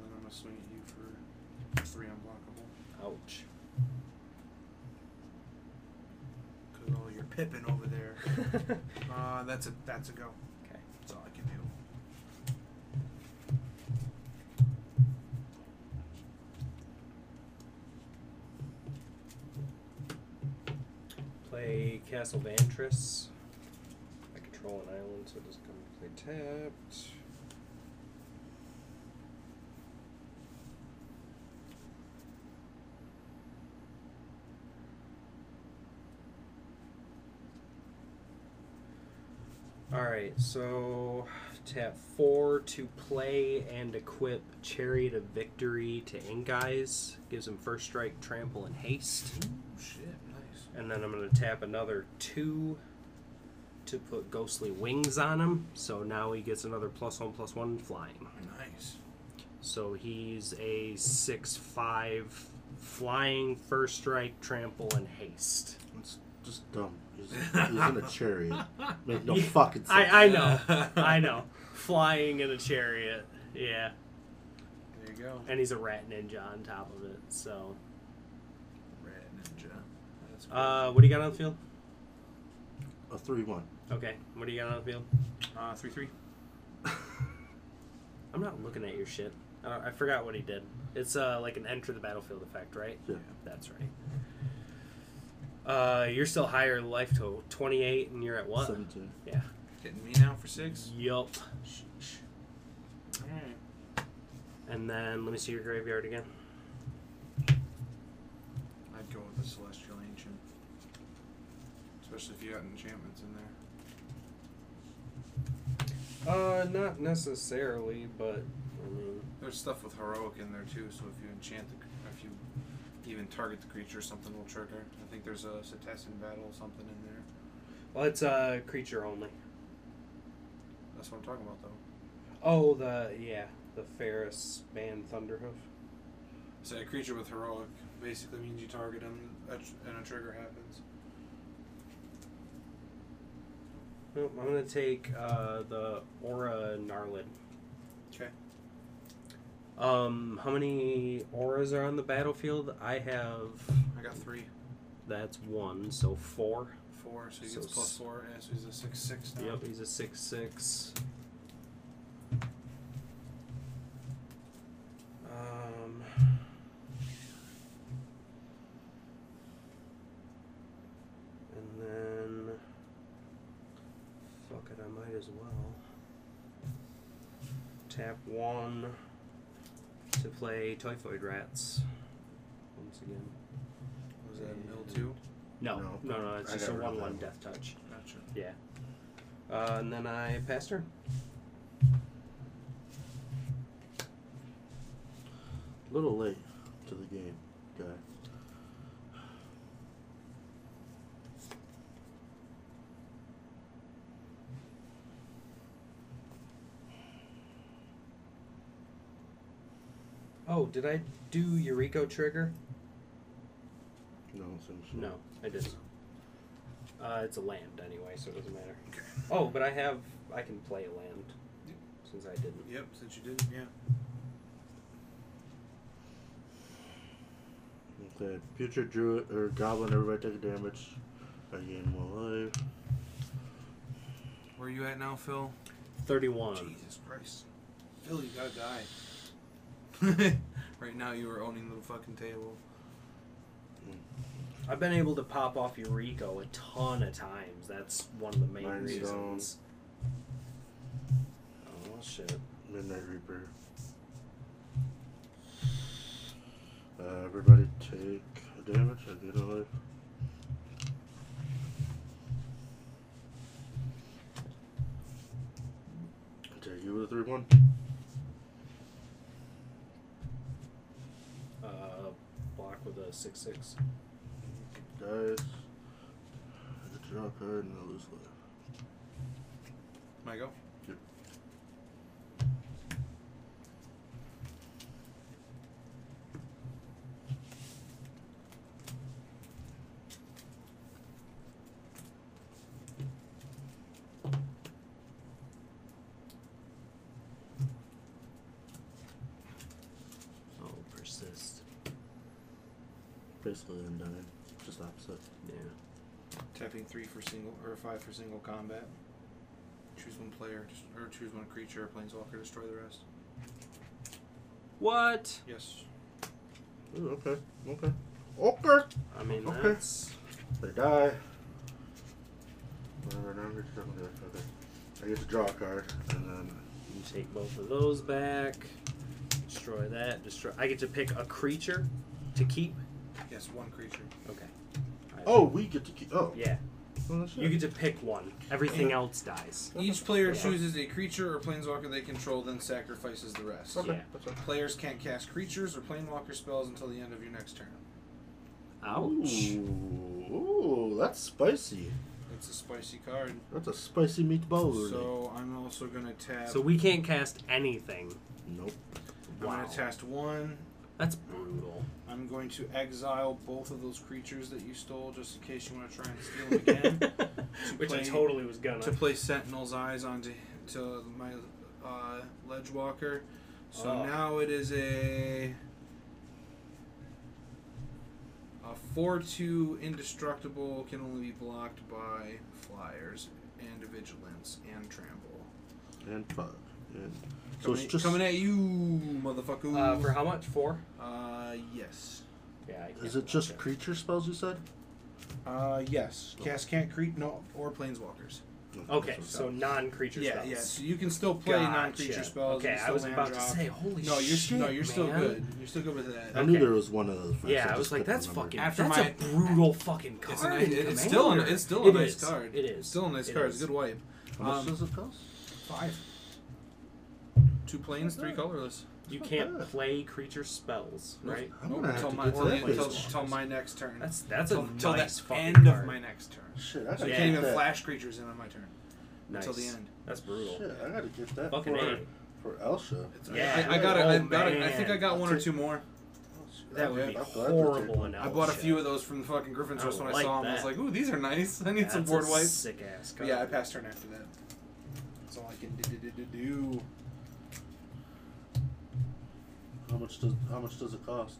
[SPEAKER 2] then I'm gonna swing at you for three unblockable.
[SPEAKER 3] Ouch.
[SPEAKER 2] Cause all you're pipping over there.
[SPEAKER 3] okay.
[SPEAKER 2] Uh, that's a that's a go. That's all I can do.
[SPEAKER 3] Play Castle Vantress. I control an island, so it doesn't come to play tapped. Alright, so tap four to play and equip Chariot of Victory to Enguy's. Gives him first strike, trample, and haste.
[SPEAKER 2] Ooh, shit, nice.
[SPEAKER 3] And then I'm going to tap another two to put ghostly wings on him. So now he gets another plus one, plus one flying.
[SPEAKER 2] Nice.
[SPEAKER 3] So he's a six, five, flying, first strike, trample, and haste.
[SPEAKER 1] it's just dumb. He's, he's in a chariot. Make no fucking sense.
[SPEAKER 3] I, I know. I know. Flying in a chariot. Yeah.
[SPEAKER 2] There you go.
[SPEAKER 3] And he's a rat ninja on top of it. So,
[SPEAKER 2] Red ninja. That's cool.
[SPEAKER 3] uh, what do you got on the field?
[SPEAKER 1] A three-one.
[SPEAKER 3] Okay. What do you got on the field?
[SPEAKER 2] uh, three three.
[SPEAKER 3] I'm not looking at your shit. I, don't, I forgot what he did. It's uh, like an enter the battlefield effect, right?
[SPEAKER 1] Yeah.
[SPEAKER 3] That's right. Uh, you're still higher life total, 28, and you're at what?
[SPEAKER 1] Seventeen.
[SPEAKER 3] Yeah.
[SPEAKER 2] Hitting me now for six.
[SPEAKER 3] Yup.
[SPEAKER 2] All right.
[SPEAKER 3] And then let me see your graveyard again.
[SPEAKER 2] I'd go with the Celestial Ancient. Especially if you got enchantments in there.
[SPEAKER 3] Uh, not necessarily, but I mean,
[SPEAKER 2] There's stuff with heroic in there too, so if you enchant the, cr- if you even target the creature, something will trigger. I think there's a Setessan battle, something in there.
[SPEAKER 3] well, it's uh, creature only.
[SPEAKER 2] That's what I'm talking about though.
[SPEAKER 3] Oh, the yeah, the Ferris Band Thunderhoof.
[SPEAKER 2] So a creature with heroic basically means you target them a tr- and a trigger happens.
[SPEAKER 3] Nope, I'm gonna take uh, the Aura Narlid.
[SPEAKER 2] Okay.
[SPEAKER 3] Um, how many auras are on the battlefield? I have.
[SPEAKER 2] I got three,
[SPEAKER 3] That's one, so four.
[SPEAKER 2] four, so he
[SPEAKER 3] So
[SPEAKER 2] gets plus
[SPEAKER 3] s-
[SPEAKER 2] four, and so he's a six six now.
[SPEAKER 3] Yep, he's a six six. Um, and then fuck it, I might as well tap one to play Typhoid Rats once again.
[SPEAKER 2] Was that mill two?
[SPEAKER 3] No, no,
[SPEAKER 1] No.
[SPEAKER 3] no, it's
[SPEAKER 1] I
[SPEAKER 3] just a
[SPEAKER 1] got rid of
[SPEAKER 3] one
[SPEAKER 1] that
[SPEAKER 3] one
[SPEAKER 1] one.
[SPEAKER 3] death touch.
[SPEAKER 2] Gotcha.
[SPEAKER 3] Yeah. Uh, and then I passed her.
[SPEAKER 1] A little late to the game, guy.
[SPEAKER 3] Oh, did I do Eureka trigger?
[SPEAKER 1] No, I don't think so.
[SPEAKER 3] No, I didn't. Uh, Uh, it's a land anyway, so it doesn't matter. Oh, but I have I can play a land
[SPEAKER 2] Yep.
[SPEAKER 3] since I didn't.
[SPEAKER 2] Yep, since you didn't, yeah.
[SPEAKER 1] Okay, future druid or goblin, everybody take a damage. I gain one life.
[SPEAKER 2] Where are you at now, Phil?
[SPEAKER 3] Thirty-one.
[SPEAKER 2] Jesus Christ. Phil, you gotta die. right now, you are owning the fucking table.
[SPEAKER 1] Hmm.
[SPEAKER 3] I've been able to pop off Eureko a ton of times. That's one of the main
[SPEAKER 1] Mine's
[SPEAKER 3] reasons. Oh well, shit.
[SPEAKER 1] Midnight Reaper. Uh, everybody take a damage. I gain a life. Take you with a 3 1.
[SPEAKER 3] Uh, block with a six six.
[SPEAKER 1] Dies. I draw a card and I lose life.
[SPEAKER 2] Michael?
[SPEAKER 1] Yep.
[SPEAKER 3] Oh, persist.
[SPEAKER 1] Basically, undying. Just opposite.
[SPEAKER 3] Yeah.
[SPEAKER 2] Tapping three for single or five for single combat. Choose one player just, or choose one creature or planeswalker. Destroy the rest.
[SPEAKER 3] What?
[SPEAKER 2] Yes.
[SPEAKER 1] Ooh, okay. Okay. Okay.
[SPEAKER 3] I mean,
[SPEAKER 1] Okay.
[SPEAKER 3] that's
[SPEAKER 1] They die. Whatever number you're talking about. Okay. I get to draw a card, and then
[SPEAKER 3] you take both of those back. Destroy that. Destroy. I get to pick a creature to keep.
[SPEAKER 2] Yes, one creature.
[SPEAKER 3] Okay. I-
[SPEAKER 1] oh, we get to keep. Oh,
[SPEAKER 3] Yeah.
[SPEAKER 1] Well, that's
[SPEAKER 3] You
[SPEAKER 1] it.
[SPEAKER 3] get to pick one. Everything else dies.
[SPEAKER 2] Each player
[SPEAKER 3] Yeah.
[SPEAKER 2] chooses a creature or planeswalker they control, then sacrifices the rest.
[SPEAKER 1] Okay,
[SPEAKER 3] Yeah.
[SPEAKER 1] that's it.
[SPEAKER 2] Players can't cast creatures or planeswalker spells until the end of your next turn.
[SPEAKER 3] Ouch.
[SPEAKER 1] Ooh, ooh, that's spicy.
[SPEAKER 2] It's a spicy card.
[SPEAKER 1] That's a spicy meatball.
[SPEAKER 2] So I'm also gonna tap.
[SPEAKER 3] So we can't cast anything.
[SPEAKER 1] nope.
[SPEAKER 2] I'm
[SPEAKER 3] Wow.
[SPEAKER 2] gonna cast one.
[SPEAKER 3] That's brutal.
[SPEAKER 2] I'm going to exile both of those creatures that you stole, just in case you want to try and steal them again.
[SPEAKER 3] Which I
[SPEAKER 2] play-
[SPEAKER 3] totally was gonna.
[SPEAKER 2] to place Sentinel's eyes onto to my uh, ledge walker. So
[SPEAKER 3] Oh.
[SPEAKER 2] now it is a a four-two indestructible can only be blocked by flyers and vigilance and trample.
[SPEAKER 1] And five. And so
[SPEAKER 2] Coming,
[SPEAKER 1] it's just
[SPEAKER 2] coming at you, motherfucker.
[SPEAKER 3] uh, for how much? Four.
[SPEAKER 2] Uh, yes.
[SPEAKER 3] Yeah. I can't
[SPEAKER 1] Is it
[SPEAKER 3] block
[SPEAKER 1] just creature spells you said?
[SPEAKER 2] Uh, yes. Cast can't creep no or planeswalkers.
[SPEAKER 3] Okay,
[SPEAKER 1] that's
[SPEAKER 3] so
[SPEAKER 1] what-
[SPEAKER 3] non-creature
[SPEAKER 2] Yeah,
[SPEAKER 3] spells.
[SPEAKER 2] yeah. So you can still play
[SPEAKER 3] Gotcha.
[SPEAKER 2] non-creature spells.
[SPEAKER 3] Okay,
[SPEAKER 2] and
[SPEAKER 3] I
[SPEAKER 2] still
[SPEAKER 3] was
[SPEAKER 2] land
[SPEAKER 3] about
[SPEAKER 2] drop.
[SPEAKER 3] to say, holy
[SPEAKER 2] No, you're
[SPEAKER 3] shit,
[SPEAKER 2] no, you're still
[SPEAKER 3] man.
[SPEAKER 2] good. You're still good with that.
[SPEAKER 1] I knew
[SPEAKER 3] okay.
[SPEAKER 1] there was one of those. effects,
[SPEAKER 3] Yeah, I
[SPEAKER 1] just
[SPEAKER 3] was like,
[SPEAKER 1] couldn't
[SPEAKER 3] that's
[SPEAKER 1] remember.
[SPEAKER 3] fucking.
[SPEAKER 2] After
[SPEAKER 3] that's
[SPEAKER 2] my-
[SPEAKER 3] a brutal fucking card.
[SPEAKER 2] It's, a nice,
[SPEAKER 3] in
[SPEAKER 2] it's still a,
[SPEAKER 3] Commander.
[SPEAKER 2] it's still a
[SPEAKER 3] It
[SPEAKER 2] nice
[SPEAKER 3] is.
[SPEAKER 2] card.
[SPEAKER 3] It is
[SPEAKER 2] still a nice
[SPEAKER 3] It
[SPEAKER 2] card.
[SPEAKER 3] is.
[SPEAKER 2] It's a good wipe.
[SPEAKER 1] How much
[SPEAKER 2] um,
[SPEAKER 1] does it cost?
[SPEAKER 2] Five. Two planes, three
[SPEAKER 1] Okay.
[SPEAKER 2] colorless.
[SPEAKER 3] You
[SPEAKER 1] Not
[SPEAKER 3] can't
[SPEAKER 1] bad.
[SPEAKER 3] play creature spells,
[SPEAKER 2] Nope.
[SPEAKER 3] right?
[SPEAKER 1] I'm
[SPEAKER 2] Nope,
[SPEAKER 1] gonna have
[SPEAKER 2] until
[SPEAKER 1] to
[SPEAKER 2] my
[SPEAKER 1] get
[SPEAKER 2] until,
[SPEAKER 1] that
[SPEAKER 2] until,
[SPEAKER 1] place.
[SPEAKER 2] until my next turn.
[SPEAKER 3] That's that's
[SPEAKER 2] till,
[SPEAKER 3] a
[SPEAKER 2] till
[SPEAKER 3] nice
[SPEAKER 2] the
[SPEAKER 3] fucking
[SPEAKER 2] end
[SPEAKER 3] card.
[SPEAKER 2] of my next turn.
[SPEAKER 1] Shit, I
[SPEAKER 2] So
[SPEAKER 1] gotta
[SPEAKER 2] you
[SPEAKER 3] Yeah.
[SPEAKER 2] can't
[SPEAKER 1] get
[SPEAKER 2] even
[SPEAKER 1] that.
[SPEAKER 2] flash creatures in on my turn until the
[SPEAKER 3] Nice.
[SPEAKER 2] end.
[SPEAKER 3] That's brutal.
[SPEAKER 1] Shit, I gotta get that
[SPEAKER 3] Fucking
[SPEAKER 1] for,
[SPEAKER 3] A.
[SPEAKER 1] for Elsha.
[SPEAKER 2] It's,
[SPEAKER 3] Yeah.
[SPEAKER 2] I, I got it. I
[SPEAKER 3] Oh,
[SPEAKER 2] got it. I think I
[SPEAKER 3] man.
[SPEAKER 2] got one or
[SPEAKER 1] That's it.
[SPEAKER 2] two more.
[SPEAKER 3] That would
[SPEAKER 2] Yeah,
[SPEAKER 3] be
[SPEAKER 1] I'm glad we did.
[SPEAKER 3] horrible in
[SPEAKER 2] I bought a
[SPEAKER 3] Elshad.
[SPEAKER 2] few of those from the fucking Griffin's
[SPEAKER 3] Oh, I
[SPEAKER 2] House when I
[SPEAKER 3] like
[SPEAKER 2] saw them. I was
[SPEAKER 3] that.
[SPEAKER 2] like, ooh, these are nice. I need
[SPEAKER 3] That's
[SPEAKER 2] some board
[SPEAKER 3] a
[SPEAKER 2] wipes.
[SPEAKER 3] Sick ass
[SPEAKER 2] But
[SPEAKER 3] card.
[SPEAKER 2] yeah, I passed turn after that. That's all I can do- do. do- do- do.
[SPEAKER 1] How much does how much does it cost?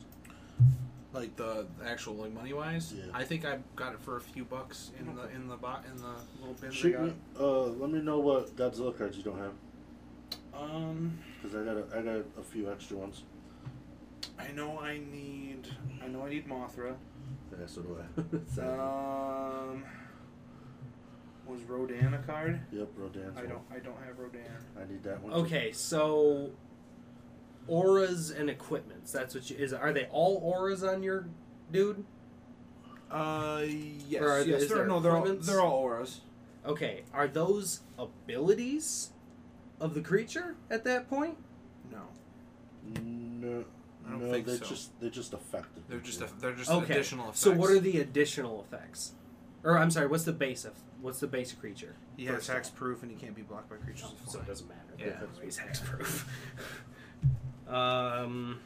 [SPEAKER 2] Like the actual like money wise,
[SPEAKER 1] Yeah.
[SPEAKER 2] I think I got it for a few bucks in the in the bo- in the little bin I
[SPEAKER 1] Shoot
[SPEAKER 2] got.
[SPEAKER 1] me. Uh, let me know what Godzilla cards you don't have,
[SPEAKER 2] Um,
[SPEAKER 1] because I got a, I got a few extra ones.
[SPEAKER 2] I know I need I know I need Mothra.
[SPEAKER 1] Yeah, so do I. So-
[SPEAKER 2] Um, was Rodan a card?
[SPEAKER 1] yep, Rodan's
[SPEAKER 2] I
[SPEAKER 1] one.
[SPEAKER 2] don't I don't have Rodan.
[SPEAKER 1] I need that one. too.
[SPEAKER 3] Okay, so auras and equipments. That's what you is. Are they all auras on your dude?
[SPEAKER 2] Uh, yes,
[SPEAKER 3] Or are there-
[SPEAKER 2] yes.
[SPEAKER 3] is
[SPEAKER 2] they're-
[SPEAKER 3] there
[SPEAKER 2] no, they're all,
[SPEAKER 3] equipments?
[SPEAKER 2] they're all auras.
[SPEAKER 3] Okay, are those abilities of the creature at that point?
[SPEAKER 2] No,
[SPEAKER 1] No,
[SPEAKER 2] I don't
[SPEAKER 1] no,
[SPEAKER 2] think
[SPEAKER 1] they
[SPEAKER 2] so.
[SPEAKER 1] just they just affected.
[SPEAKER 2] they're just a, they're just
[SPEAKER 3] okay.
[SPEAKER 2] additional effects.
[SPEAKER 3] So what are the additional effects? Or I'm sorry, what's the base of what's the base creature?
[SPEAKER 2] He has
[SPEAKER 3] First off.
[SPEAKER 2] hex proof and he can't be blocked by creatures.
[SPEAKER 3] Oh,
[SPEAKER 2] with
[SPEAKER 3] so it
[SPEAKER 2] flying.
[SPEAKER 3] doesn't matter.
[SPEAKER 2] Yeah.
[SPEAKER 3] He's hexproof. um,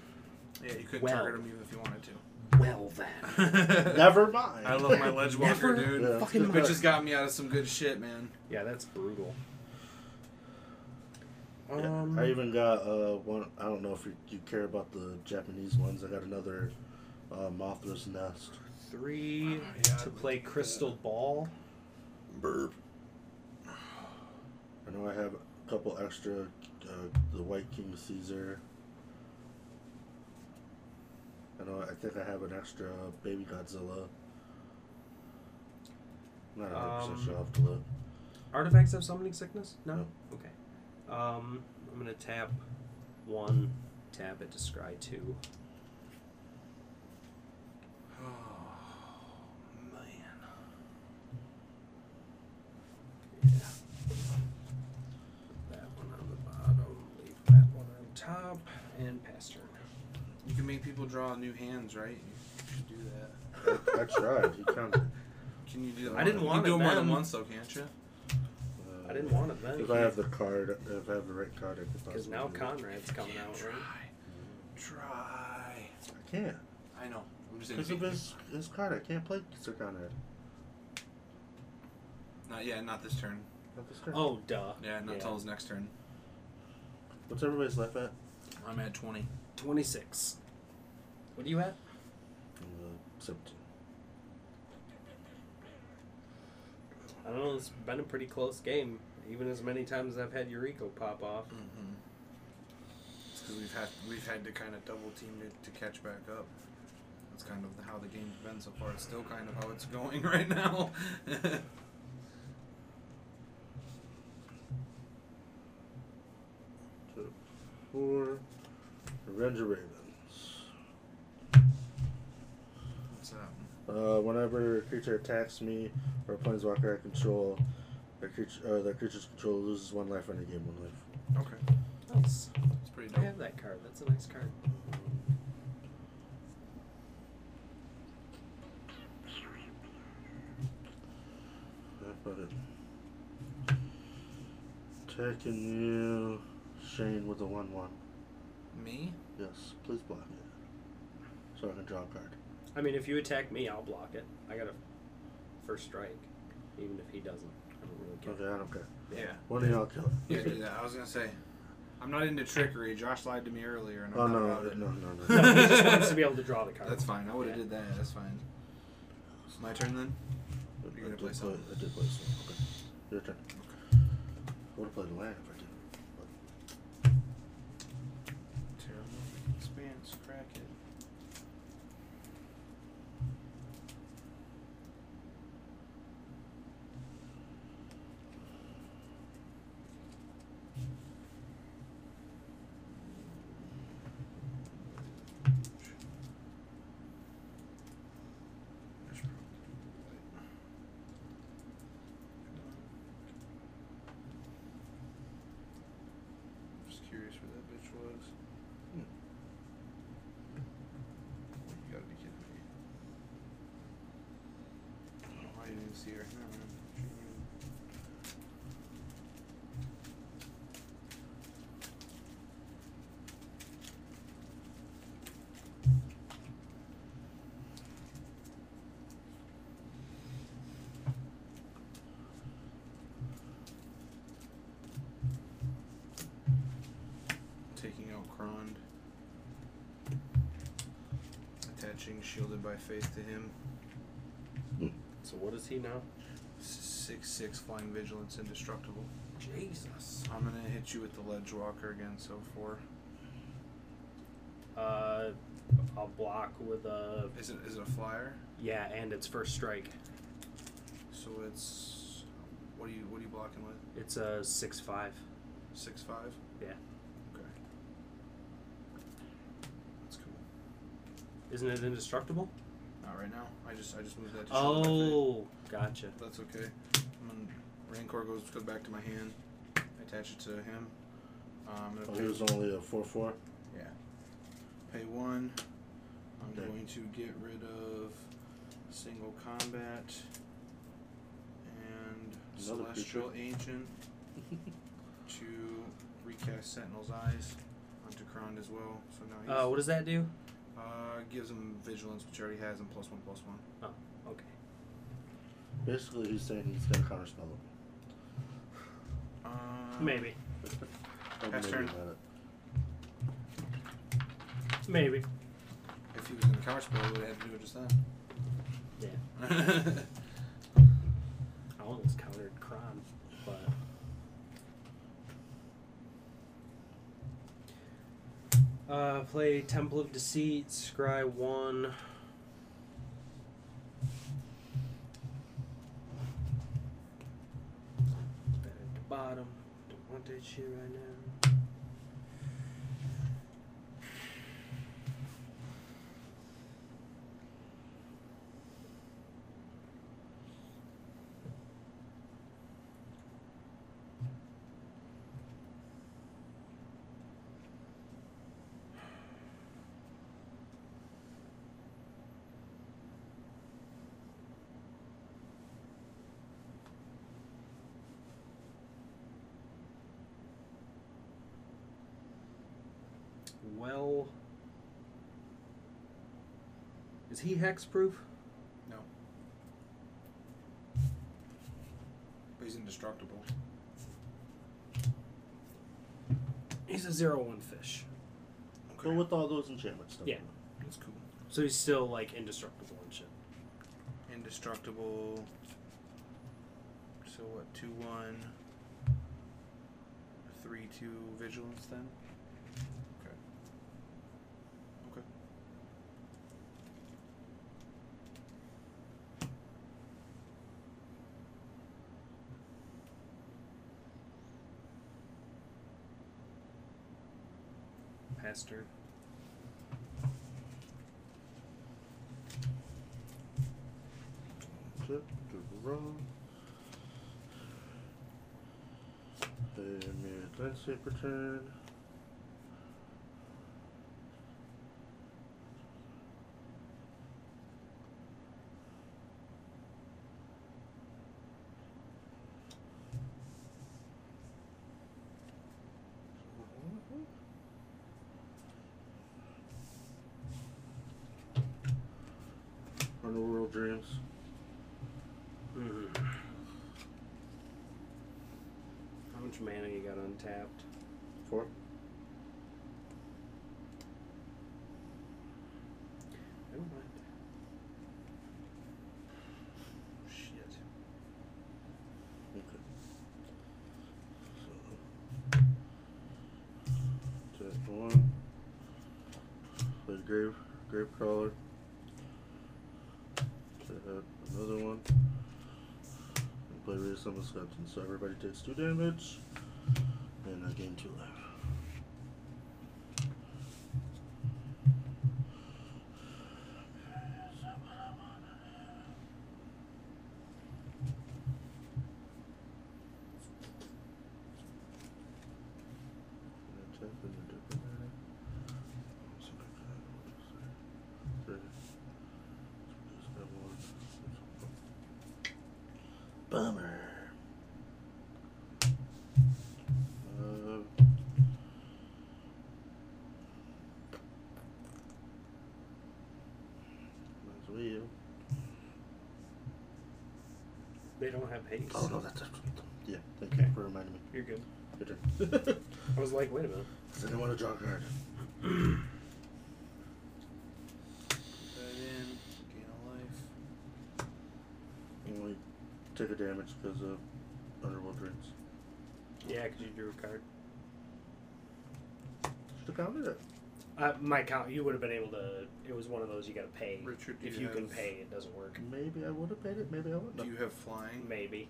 [SPEAKER 2] Yeah, you couldn't
[SPEAKER 3] Well.
[SPEAKER 2] target him even if you wanted to.
[SPEAKER 3] Well then.
[SPEAKER 1] Never mind.
[SPEAKER 4] I love my ledge walker,
[SPEAKER 3] Never
[SPEAKER 4] dude.
[SPEAKER 1] Yeah.
[SPEAKER 3] fucking
[SPEAKER 2] Which has got me out of some good shit, man.
[SPEAKER 3] Yeah, that's brutal.
[SPEAKER 1] Yeah,
[SPEAKER 3] Um,
[SPEAKER 1] I even got uh, one. I don't know if you, you care about the Japanese ones. I got another uh, Mothra's Nest.
[SPEAKER 3] three
[SPEAKER 2] Oh, yeah,
[SPEAKER 3] to
[SPEAKER 2] I
[SPEAKER 3] play
[SPEAKER 1] uh,
[SPEAKER 2] like that.
[SPEAKER 3] Crystal Ball.
[SPEAKER 4] Burp.
[SPEAKER 1] I know I have a couple extra. Uh, the White King Caesar. I know. I think I have an extra Baby Godzilla. I'm not a hundred percent
[SPEAKER 3] Um,
[SPEAKER 1] sure. I'll have to look.
[SPEAKER 3] Artifacts have summoning sickness? No.
[SPEAKER 1] No.
[SPEAKER 3] Okay. Um, I'm gonna tap one, tap it to scry two.
[SPEAKER 2] Oh, man.
[SPEAKER 3] Yeah. Put that one on the bottom. Leave that one on top, and pass turn.
[SPEAKER 2] You can make people draw new hands, right? You should do that.
[SPEAKER 1] I tried. He counted.
[SPEAKER 2] Can you do that?
[SPEAKER 3] I
[SPEAKER 2] more
[SPEAKER 3] didn't
[SPEAKER 2] than-
[SPEAKER 3] want
[SPEAKER 2] you can
[SPEAKER 3] it
[SPEAKER 2] do more than
[SPEAKER 3] then.
[SPEAKER 2] once, though, can't you?
[SPEAKER 1] Uh,
[SPEAKER 3] Um, I didn't want it then.
[SPEAKER 1] If I have the card, if I have the right card, I could possibly.
[SPEAKER 3] Because now
[SPEAKER 1] do it.
[SPEAKER 3] Conrad's coming
[SPEAKER 2] Yeah,
[SPEAKER 3] out,
[SPEAKER 2] try.
[SPEAKER 3] right?
[SPEAKER 2] Try.
[SPEAKER 1] I can't.
[SPEAKER 2] I know. I'm just
[SPEAKER 1] Because of
[SPEAKER 2] saying.
[SPEAKER 1] his, his card, I can't play Sir Conrad.
[SPEAKER 2] Not yeah, not this turn.
[SPEAKER 1] Not this turn.
[SPEAKER 3] Oh, duh.
[SPEAKER 2] Yeah, not till his next turn.
[SPEAKER 1] What's everybody's life at?
[SPEAKER 2] I'm at 20.
[SPEAKER 3] 26. What are you at?
[SPEAKER 1] Uh, 17.
[SPEAKER 3] I don't know. It's been a pretty close game, even as many times as I've had Eureka pop off.
[SPEAKER 2] Mm-hmm. It's because we've had we've had to kind of double team to, to catch back up. That's kind of how the game's been so far. It's still kind of how it's going right now.
[SPEAKER 1] Two, four. Avenger Ravens.
[SPEAKER 2] What's up?
[SPEAKER 1] Uh, whenever a creature attacks me or a planeswalker I control, the creature, uh, the creature's control loses one life and I gain one life.
[SPEAKER 2] Okay,
[SPEAKER 3] Nice.
[SPEAKER 2] it's pretty
[SPEAKER 3] I
[SPEAKER 2] dope.
[SPEAKER 3] have that card. That's a nice card.
[SPEAKER 1] That's about it. Attacking you, Shane with a 1 1.
[SPEAKER 2] Me?
[SPEAKER 1] Yes, please block it. So I can draw a card.
[SPEAKER 3] I mean, if you attack me, I'll block it. I got a first strike, even if he doesn't. I don't really care.
[SPEAKER 1] Okay, I don't care.
[SPEAKER 2] Yeah.
[SPEAKER 1] One of y'all kill it.
[SPEAKER 2] Yeah, do that. I was gonna say, I'm not into trickery. Josh lied to me earlier, and I'm
[SPEAKER 1] Oh,
[SPEAKER 2] not
[SPEAKER 1] no,
[SPEAKER 2] about
[SPEAKER 1] no,
[SPEAKER 2] it.
[SPEAKER 1] no, no, no.
[SPEAKER 3] No, he just wants to be able to draw the card.
[SPEAKER 2] That's fine. I would have
[SPEAKER 3] Yeah.
[SPEAKER 2] did that. That's fine. It's my turn then.
[SPEAKER 1] I
[SPEAKER 2] You're gonna
[SPEAKER 1] did
[SPEAKER 2] play something?
[SPEAKER 1] I did play some. Okay. Your turn. I would have played land if I did.
[SPEAKER 2] Terrible. Experience. Crack it. Just curious where that bitch was.
[SPEAKER 1] Hmm.
[SPEAKER 2] You gotta be kidding me. I don't know why you didn't see her. No, no, she knew. taking out Krond, attaching Shielded by Faith to him.
[SPEAKER 3] So what is he now?
[SPEAKER 2] S- Six six flying vigilance indestructible.
[SPEAKER 3] Jesus.
[SPEAKER 2] I'm gonna hit you with the Ledge Walker again. So four.
[SPEAKER 3] Uh, I'll block with a
[SPEAKER 2] Is it is it a flyer?
[SPEAKER 3] yeah, and it's first strike.
[SPEAKER 2] So it's what are you what are you blocking with?
[SPEAKER 3] It's a six five.
[SPEAKER 2] Six five.
[SPEAKER 3] Yeah.
[SPEAKER 2] Okay. That's cool.
[SPEAKER 3] Isn't it indestructible?
[SPEAKER 2] Not right now. I just I just moved that. To Shielded by Faith.
[SPEAKER 3] Oh, gotcha.
[SPEAKER 2] That's okay. I'm gonna, Rancor goes goes back to my hand. I attach it to him. Um, I'm
[SPEAKER 1] But, oh,
[SPEAKER 2] gonna
[SPEAKER 1] he
[SPEAKER 2] pay-
[SPEAKER 1] was only a 4 4.
[SPEAKER 2] Yeah. Pay one. I'm
[SPEAKER 1] Okay.
[SPEAKER 2] going to get rid of single combat and
[SPEAKER 1] Another creature.
[SPEAKER 2] celestial ancient to recast Sentinel's Eyes onto Krond as well. So now he's
[SPEAKER 3] Uh, what does that do?
[SPEAKER 2] uh, gives him vigilance, which already has, and plus one, plus one.
[SPEAKER 3] Oh, Okay.
[SPEAKER 1] Basically, he's saying he's gonna counter spell
[SPEAKER 2] Uh,
[SPEAKER 5] Maybe.
[SPEAKER 1] it.
[SPEAKER 2] Pass turn.
[SPEAKER 5] Maybe.
[SPEAKER 2] If he was in the counter spell, he would have had to do it just
[SPEAKER 3] Yeah.
[SPEAKER 2] then.
[SPEAKER 3] I almost countered Kron, but. Uh, play Temple of Deceit, Scry 1. Back to bottom. Don't want that shit right now. Well. Is he hexproof?
[SPEAKER 2] but he's indestructible.
[SPEAKER 3] He's a 0 1 fish.
[SPEAKER 1] Go with all those enchantment stuff.
[SPEAKER 3] Yeah.
[SPEAKER 2] That's cool.
[SPEAKER 3] So he's still, like, indestructible and shit.
[SPEAKER 2] Indestructible. So what? Two one. Three two vigilance then. Okay. Okay.
[SPEAKER 3] Pass turn.
[SPEAKER 1] Flip to roll. And mirror landscape return. Underworld dreams.
[SPEAKER 5] Mm-hmm.
[SPEAKER 3] Mhm. How much mana you got untapped?
[SPEAKER 1] Four.
[SPEAKER 3] Never mind. Shit.
[SPEAKER 1] Okay. So, Tap one. The grave, grave crawler. Tap another one. And play reassemble skeleton. So everybody takes two damage, and I gain two life. Tap in a different area. So I can- Three. Just that one. Bummer. Uh, that's wheel.
[SPEAKER 3] They don't have haste.
[SPEAKER 1] Oh no, that's actually yeah. Thank
[SPEAKER 3] Okay.
[SPEAKER 1] you for reminding me.
[SPEAKER 3] You're good.
[SPEAKER 1] Your turn.
[SPEAKER 3] I was like, wait a minute.
[SPEAKER 1] I didn't want to draw a card.
[SPEAKER 2] Put that in. Gain a life.
[SPEAKER 1] Only take a damage because of underworld dreams.
[SPEAKER 3] Yeah, 'cause you drew a card.
[SPEAKER 1] Should have counted it.
[SPEAKER 5] Uh, my count, you would have been able to. It was one of those you got to pay.
[SPEAKER 2] Richard, do
[SPEAKER 5] if
[SPEAKER 2] you
[SPEAKER 5] you can
[SPEAKER 2] have-
[SPEAKER 5] pay, it doesn't work.
[SPEAKER 1] Maybe I would have paid it. Maybe I wouldn't.
[SPEAKER 2] Do
[SPEAKER 1] have.
[SPEAKER 2] you have flying?
[SPEAKER 5] Maybe.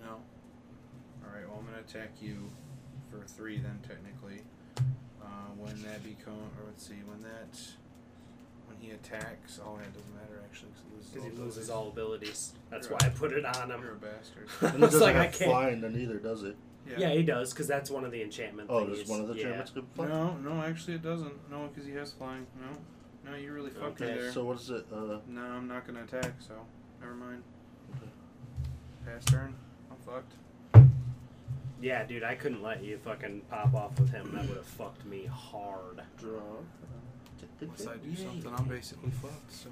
[SPEAKER 2] No. All right. Well, I'm gonna attack you for three then, technically. Uh, when that become, or let's see, when that, when he attacks. Oh, it doesn't matter actually,
[SPEAKER 5] Because
[SPEAKER 2] because
[SPEAKER 5] he
[SPEAKER 2] loses.
[SPEAKER 5] loses all abilities. That's why
[SPEAKER 2] You're
[SPEAKER 5] I put it on
[SPEAKER 2] You're a
[SPEAKER 5] him.
[SPEAKER 2] bastard.
[SPEAKER 1] And it
[SPEAKER 5] it's
[SPEAKER 1] doesn't
[SPEAKER 5] like
[SPEAKER 1] have
[SPEAKER 5] I can't.
[SPEAKER 1] flying then either, does it?
[SPEAKER 5] Yeah, he does, because that's one of the enchantment
[SPEAKER 1] Oh,
[SPEAKER 5] thingies.
[SPEAKER 1] there's one of the
[SPEAKER 5] yeah.
[SPEAKER 1] enchantments could fly.
[SPEAKER 2] No, no, actually it doesn't. No, because he has flying. No, no, you really fucked me
[SPEAKER 1] Okay,
[SPEAKER 2] there.
[SPEAKER 1] so what is it? Uh,
[SPEAKER 2] no, I'm not gonna attack. So, never mind. Pass turn. I'm fucked.
[SPEAKER 5] Yeah, dude, I couldn't let you fucking pop off with him. That would have fucked me hard.
[SPEAKER 1] draw. Big
[SPEAKER 2] Unless I
[SPEAKER 1] hit.
[SPEAKER 2] do
[SPEAKER 1] Yay.
[SPEAKER 2] something, I'm basically fucked. So.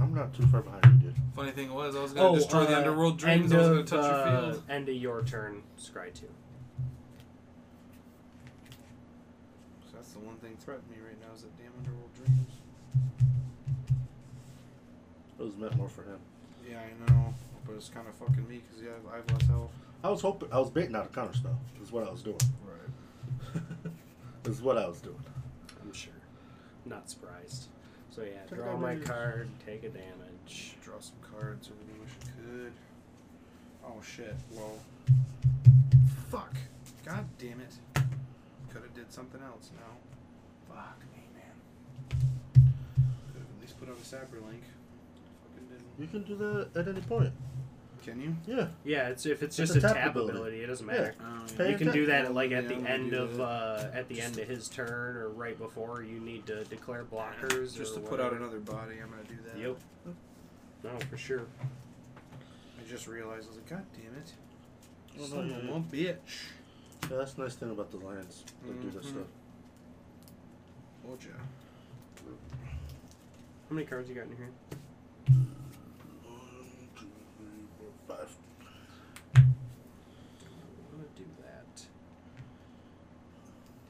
[SPEAKER 1] I'm not too far behind you, dude.
[SPEAKER 2] Funny thing was, I was
[SPEAKER 3] Oh,
[SPEAKER 2] gonna destroy the
[SPEAKER 5] uh,
[SPEAKER 2] underworld dreams.
[SPEAKER 5] end
[SPEAKER 2] I was gonna
[SPEAKER 5] of,
[SPEAKER 2] touch
[SPEAKER 5] uh,
[SPEAKER 2] your field.
[SPEAKER 5] End of your turn, Scry 2.
[SPEAKER 2] So that's the one thing threatening me right now is that damn underworld dreams.
[SPEAKER 1] It was meant more for him.
[SPEAKER 2] Yeah, I know, but it's kind of fucking me because yeah, I have less health.
[SPEAKER 1] I was hoping I was baiting out a counter spell. Is what I was doing.
[SPEAKER 2] Right.
[SPEAKER 1] is what I was doing.
[SPEAKER 5] I'm sure.
[SPEAKER 3] Not surprised. So yeah,
[SPEAKER 1] Take
[SPEAKER 3] draw
[SPEAKER 1] that
[SPEAKER 3] my
[SPEAKER 1] damage.
[SPEAKER 3] card, take a damage.
[SPEAKER 2] Draw some cards. I really wish I could. Oh shit! Well, fuck! God damn it! Could have did something else. No. Fuck me, man. Could have at least put out a sapper link. Fucking didn't.
[SPEAKER 1] You can do that at any point.
[SPEAKER 2] Can you?
[SPEAKER 1] Yeah.
[SPEAKER 5] Yeah, it's if it's
[SPEAKER 1] It's
[SPEAKER 5] just
[SPEAKER 1] a
[SPEAKER 5] a
[SPEAKER 1] tap
[SPEAKER 5] tap,
[SPEAKER 1] ability.
[SPEAKER 5] ability. it doesn't matter.
[SPEAKER 2] Oh,
[SPEAKER 1] Pay
[SPEAKER 5] You Um, can
[SPEAKER 1] atta-
[SPEAKER 5] do that like at
[SPEAKER 2] Yeah,
[SPEAKER 5] the
[SPEAKER 2] I'm gonna
[SPEAKER 5] end
[SPEAKER 2] do
[SPEAKER 5] of
[SPEAKER 2] that.
[SPEAKER 5] uh, at the
[SPEAKER 2] Just
[SPEAKER 5] end
[SPEAKER 2] to-
[SPEAKER 5] of his turn or right before you need to declare blockers.
[SPEAKER 2] Just
[SPEAKER 5] or
[SPEAKER 2] to put out
[SPEAKER 5] whatever.
[SPEAKER 2] another body, I'm gonna do that.
[SPEAKER 5] Yep. No, for sure.
[SPEAKER 2] I just realized I was like, God damn it!
[SPEAKER 1] Oh, no,
[SPEAKER 2] Son of
[SPEAKER 1] yeah,
[SPEAKER 2] a bitch.
[SPEAKER 1] Yeah, that's the nice thing about the lions. They do this
[SPEAKER 2] Mhm.
[SPEAKER 1] stuff.
[SPEAKER 2] Told ya.
[SPEAKER 3] How many cards you got in here?
[SPEAKER 1] One, two, three, four, five.
[SPEAKER 3] I want to do that.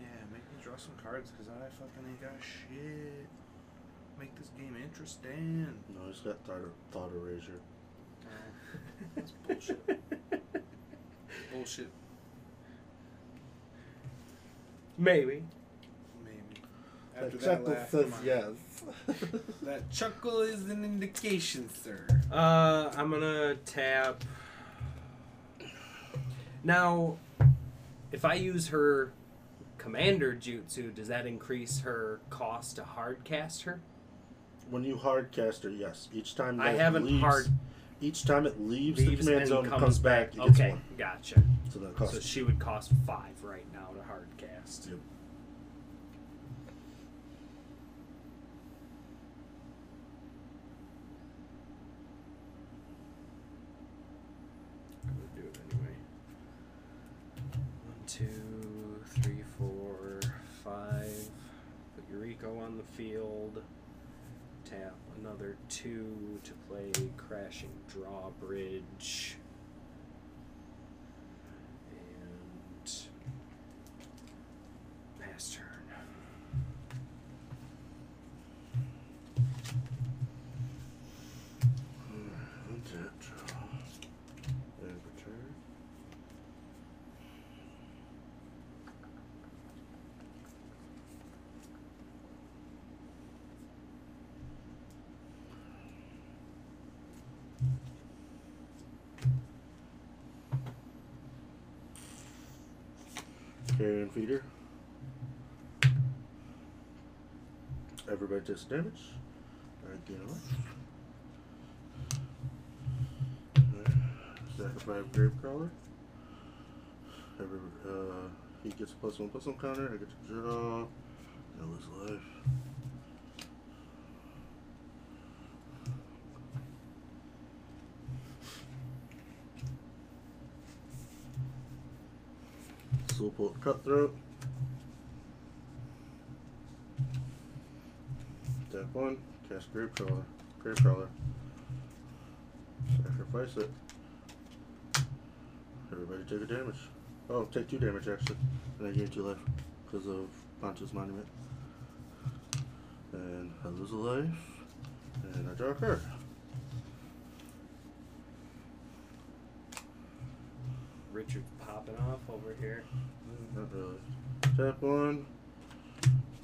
[SPEAKER 2] Yeah, make me draw some cards because I fucking ain't got shit. Make this game interesting.
[SPEAKER 1] No, he's got thought, thought erasure.
[SPEAKER 3] Uh,
[SPEAKER 2] That's bullshit. bullshit.
[SPEAKER 3] Maybe.
[SPEAKER 2] Maybe.
[SPEAKER 1] That
[SPEAKER 2] After that, laugh,
[SPEAKER 1] says
[SPEAKER 2] come on.
[SPEAKER 1] yes.
[SPEAKER 2] That chuckle is an indication, sir.
[SPEAKER 3] Uh, I'm gonna tap. Now, if I use her commander jutsu, does that increase her cost to hard cast her?
[SPEAKER 1] when you hard cast her, yes. Each time
[SPEAKER 3] I
[SPEAKER 1] Mm, that
[SPEAKER 3] haven't
[SPEAKER 1] leaves,
[SPEAKER 3] hard
[SPEAKER 1] Each time it leaves,
[SPEAKER 3] leaves
[SPEAKER 1] the command
[SPEAKER 3] and
[SPEAKER 1] zone and
[SPEAKER 3] comes,
[SPEAKER 1] comes back, it gets
[SPEAKER 3] Okay,
[SPEAKER 1] one.
[SPEAKER 3] gotcha.
[SPEAKER 1] So that costs.
[SPEAKER 3] So she would cost five right now to hard cast.
[SPEAKER 1] Yep.
[SPEAKER 3] I'm gonna do it anyway. One, two, three, four, five. Put Eureko on the field. Tap another two to play Crashing Drawbridge. And pass turn.
[SPEAKER 1] That's it. And return. Carrier and feeder. Everybody takes damage. Alright, gain a life. Sacrifice grave crawler. Every uh, he gets a plus one plus one counter. I get to draw. I lose life. Slowpoke cutthroat. Tap one. Cast grave crawler. Grave crawler. Sacrifice it. Everybody take a damage. Oh, take two damage actually. And I gain two life because of Pontius Monument. And I lose a life. And I draw a card.
[SPEAKER 3] Richard's popping off over here.
[SPEAKER 1] Not really. Tap one.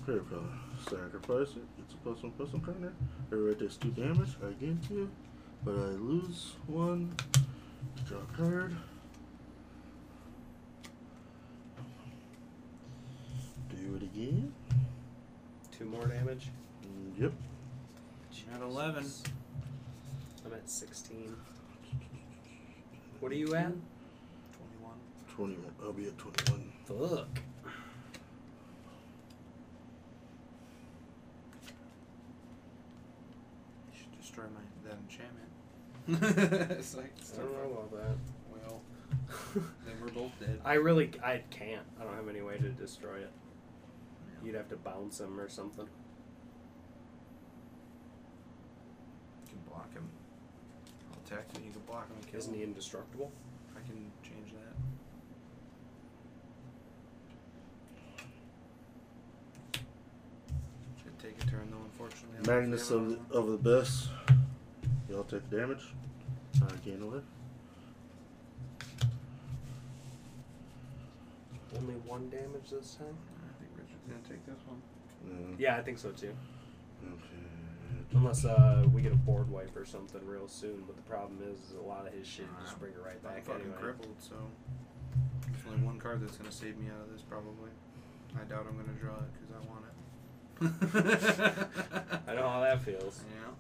[SPEAKER 1] Clear color. Sacrifice it. It's a plus one plus one counter. Everybody takes two damage. I gain two. But I lose one. Draw a card. Do it again.
[SPEAKER 3] Two more damage.
[SPEAKER 1] Mm, Yep.
[SPEAKER 2] At 11.
[SPEAKER 3] I'm at 16. What are you at?
[SPEAKER 2] 21.
[SPEAKER 1] 21. I'll be at 21.
[SPEAKER 3] Fuck.
[SPEAKER 2] You should destroy my that enchantment. it's like,
[SPEAKER 3] I don't know about that.
[SPEAKER 2] well, then we're both dead.
[SPEAKER 3] I really, I can't. I don't have any way to destroy it. You'd have to bounce him or something.
[SPEAKER 2] block him. I'll attack you and you can block him and kill
[SPEAKER 3] Isn't
[SPEAKER 2] him.
[SPEAKER 3] he indestructible?
[SPEAKER 2] I can change that. Should take a turn though, unfortunately. I'm
[SPEAKER 1] Magnus
[SPEAKER 2] in favor
[SPEAKER 1] of,
[SPEAKER 2] that one.
[SPEAKER 1] of the best. Y'all take damage. I gain away.
[SPEAKER 3] Only one damage this time?
[SPEAKER 2] I think Richard's gonna take this one.
[SPEAKER 3] Yeah, I think so too.
[SPEAKER 1] Mm. Okay.
[SPEAKER 3] Unless uh, we get a board wipe or something real soon, but the problem is, is a lot of his shit you just bring it right
[SPEAKER 2] I'm
[SPEAKER 3] back
[SPEAKER 2] fucking
[SPEAKER 3] anyway.
[SPEAKER 2] crippled, so there's only one card that's gonna save me out of this probably. I doubt I'm gonna draw it because I want it.
[SPEAKER 3] I know how that feels.
[SPEAKER 2] Yeah.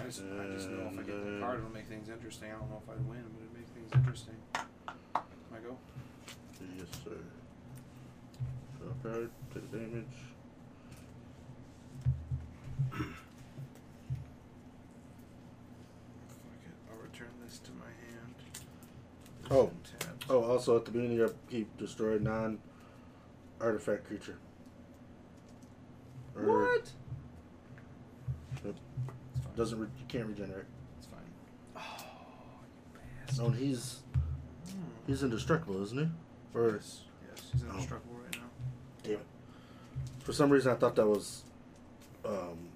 [SPEAKER 2] I just, I just know if I get the
[SPEAKER 1] And, uh,
[SPEAKER 2] card, it'll make things interesting. I don't know if I'd win, but it'd make things interesting. Can I go?
[SPEAKER 1] Yes, sir. Draw a card, take damage.
[SPEAKER 2] Fuck it. I'll return this to my hand. This
[SPEAKER 1] Oh.
[SPEAKER 2] and taps.
[SPEAKER 1] Oh, also at the beginning of your upkeep, destroy non artifact creature. Or
[SPEAKER 3] What?
[SPEAKER 2] It's fine.
[SPEAKER 1] Doesn't re- you can't regenerate.
[SPEAKER 2] It's fine.
[SPEAKER 3] Oh, you
[SPEAKER 1] No,
[SPEAKER 3] bastard.
[SPEAKER 1] and he's he's indestructible, isn't he? Or
[SPEAKER 2] Yes. Yes. He's
[SPEAKER 1] Oh.
[SPEAKER 2] indestructible right now.
[SPEAKER 1] Damn it. For some reason, I thought that was um,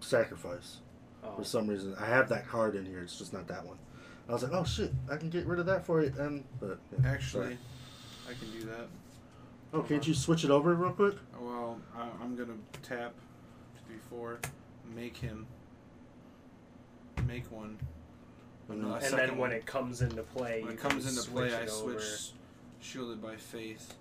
[SPEAKER 1] sacrifice. For
[SPEAKER 3] Oh.
[SPEAKER 1] some reason, I have that card in here. It's just not that one. I was like, oh shit, I can get rid of that for it. And but yeah,
[SPEAKER 2] Actually,
[SPEAKER 1] sorry.
[SPEAKER 2] I can do that.
[SPEAKER 1] oh, can't you switch it over real quick?
[SPEAKER 2] Well, I, I'm gonna tap two, three, four, make him, make one.
[SPEAKER 1] And
[SPEAKER 2] No,
[SPEAKER 1] then-
[SPEAKER 2] a
[SPEAKER 5] and
[SPEAKER 2] second
[SPEAKER 5] then
[SPEAKER 2] one.
[SPEAKER 5] when it comes into play,
[SPEAKER 2] when
[SPEAKER 5] you
[SPEAKER 2] it comes
[SPEAKER 5] can
[SPEAKER 2] into play,
[SPEAKER 5] switch
[SPEAKER 2] I
[SPEAKER 5] it over.
[SPEAKER 2] switch shielded by faith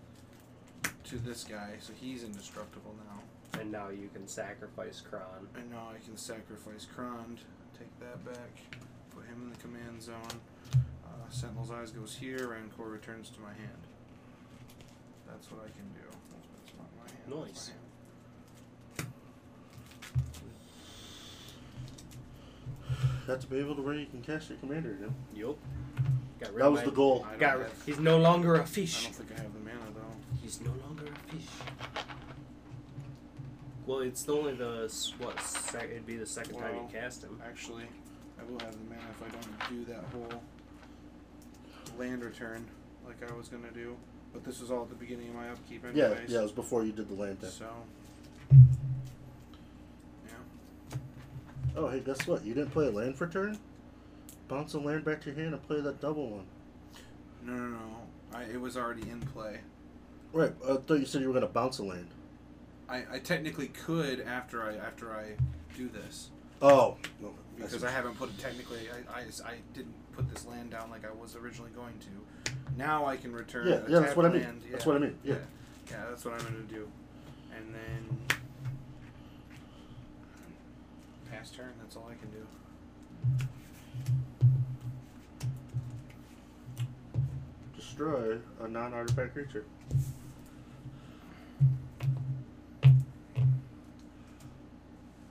[SPEAKER 2] to this guy, so he's indestructible now.
[SPEAKER 3] And now you can sacrifice Kron.
[SPEAKER 2] And now I can sacrifice Krond, take that back, put him in the command zone. Uh, Sentinel's Eyes goes here, Rancor returns to my hand. That's what I can do. That's not my hand. that's my
[SPEAKER 3] Nice.
[SPEAKER 2] hand.
[SPEAKER 1] Got to be able to where you can cast your commander again.
[SPEAKER 3] Yup. Got rid
[SPEAKER 1] That
[SPEAKER 3] of
[SPEAKER 1] was
[SPEAKER 3] my-
[SPEAKER 1] the goal.
[SPEAKER 2] I don't
[SPEAKER 3] Got
[SPEAKER 2] have-
[SPEAKER 3] rid- He's no longer a
[SPEAKER 2] I
[SPEAKER 3] fish.
[SPEAKER 2] don't think I have the mana though.
[SPEAKER 3] He's no longer a fish. Well, it's only the s- what? Sec- it'd be the second time
[SPEAKER 2] Well,
[SPEAKER 3] you cast him.
[SPEAKER 2] Actually, I will have the mana if I don't do that whole land return like I was gonna do. But this was all at the beginning of my upkeep,
[SPEAKER 1] Yeah,
[SPEAKER 2] anyways.
[SPEAKER 1] yeah, it was before you did the land thing.
[SPEAKER 2] So, yeah.
[SPEAKER 1] Oh, hey, guess what? You didn't play a land for turn. Bounce a land back to your hand and play that double one.
[SPEAKER 2] No, no, no. I, it was already in play.
[SPEAKER 1] Right, I thought you said you were gonna bounce a land.
[SPEAKER 2] I, I technically could after I after I do this
[SPEAKER 1] Oh, no, I
[SPEAKER 2] because
[SPEAKER 1] see.
[SPEAKER 2] I haven't put it technically. I, I, I didn't put this land down like I was originally going to. Now I can return.
[SPEAKER 1] Yeah,
[SPEAKER 2] a
[SPEAKER 1] yeah, that's
[SPEAKER 2] tapped
[SPEAKER 1] what I mean.
[SPEAKER 2] land,
[SPEAKER 1] That's
[SPEAKER 2] yeah.
[SPEAKER 1] what I mean. Yeah.
[SPEAKER 2] Yeah, that's what I'm gonna do. And then um, pass turn, that's all I can do.
[SPEAKER 1] Destroy a non artifact creature.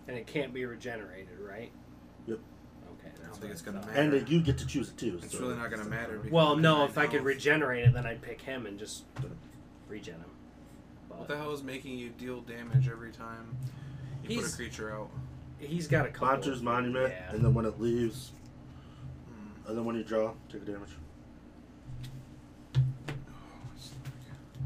[SPEAKER 3] And it can't be regenerated, right?
[SPEAKER 1] Yep.
[SPEAKER 3] Okay. That's
[SPEAKER 2] I don't
[SPEAKER 3] what
[SPEAKER 2] think it's gonna
[SPEAKER 3] thought.
[SPEAKER 2] matter.
[SPEAKER 1] And that you get to choose it too.
[SPEAKER 2] It's
[SPEAKER 1] so-
[SPEAKER 2] really not gonna matter because
[SPEAKER 3] Well,
[SPEAKER 2] Because
[SPEAKER 3] no.
[SPEAKER 2] right
[SPEAKER 3] If I
[SPEAKER 2] now-
[SPEAKER 3] could regenerate it, then I'd pick him and just regen him.
[SPEAKER 2] What
[SPEAKER 3] But
[SPEAKER 2] the hell is making you deal damage every time you put
[SPEAKER 3] He's-
[SPEAKER 2] a creature out?
[SPEAKER 3] he's got a couple.
[SPEAKER 1] Monster's Monument,
[SPEAKER 3] Yeah.
[SPEAKER 1] and then when it leaves,
[SPEAKER 2] Hmm.
[SPEAKER 1] and then when you draw, take a damage.
[SPEAKER 2] Oh, it's not good.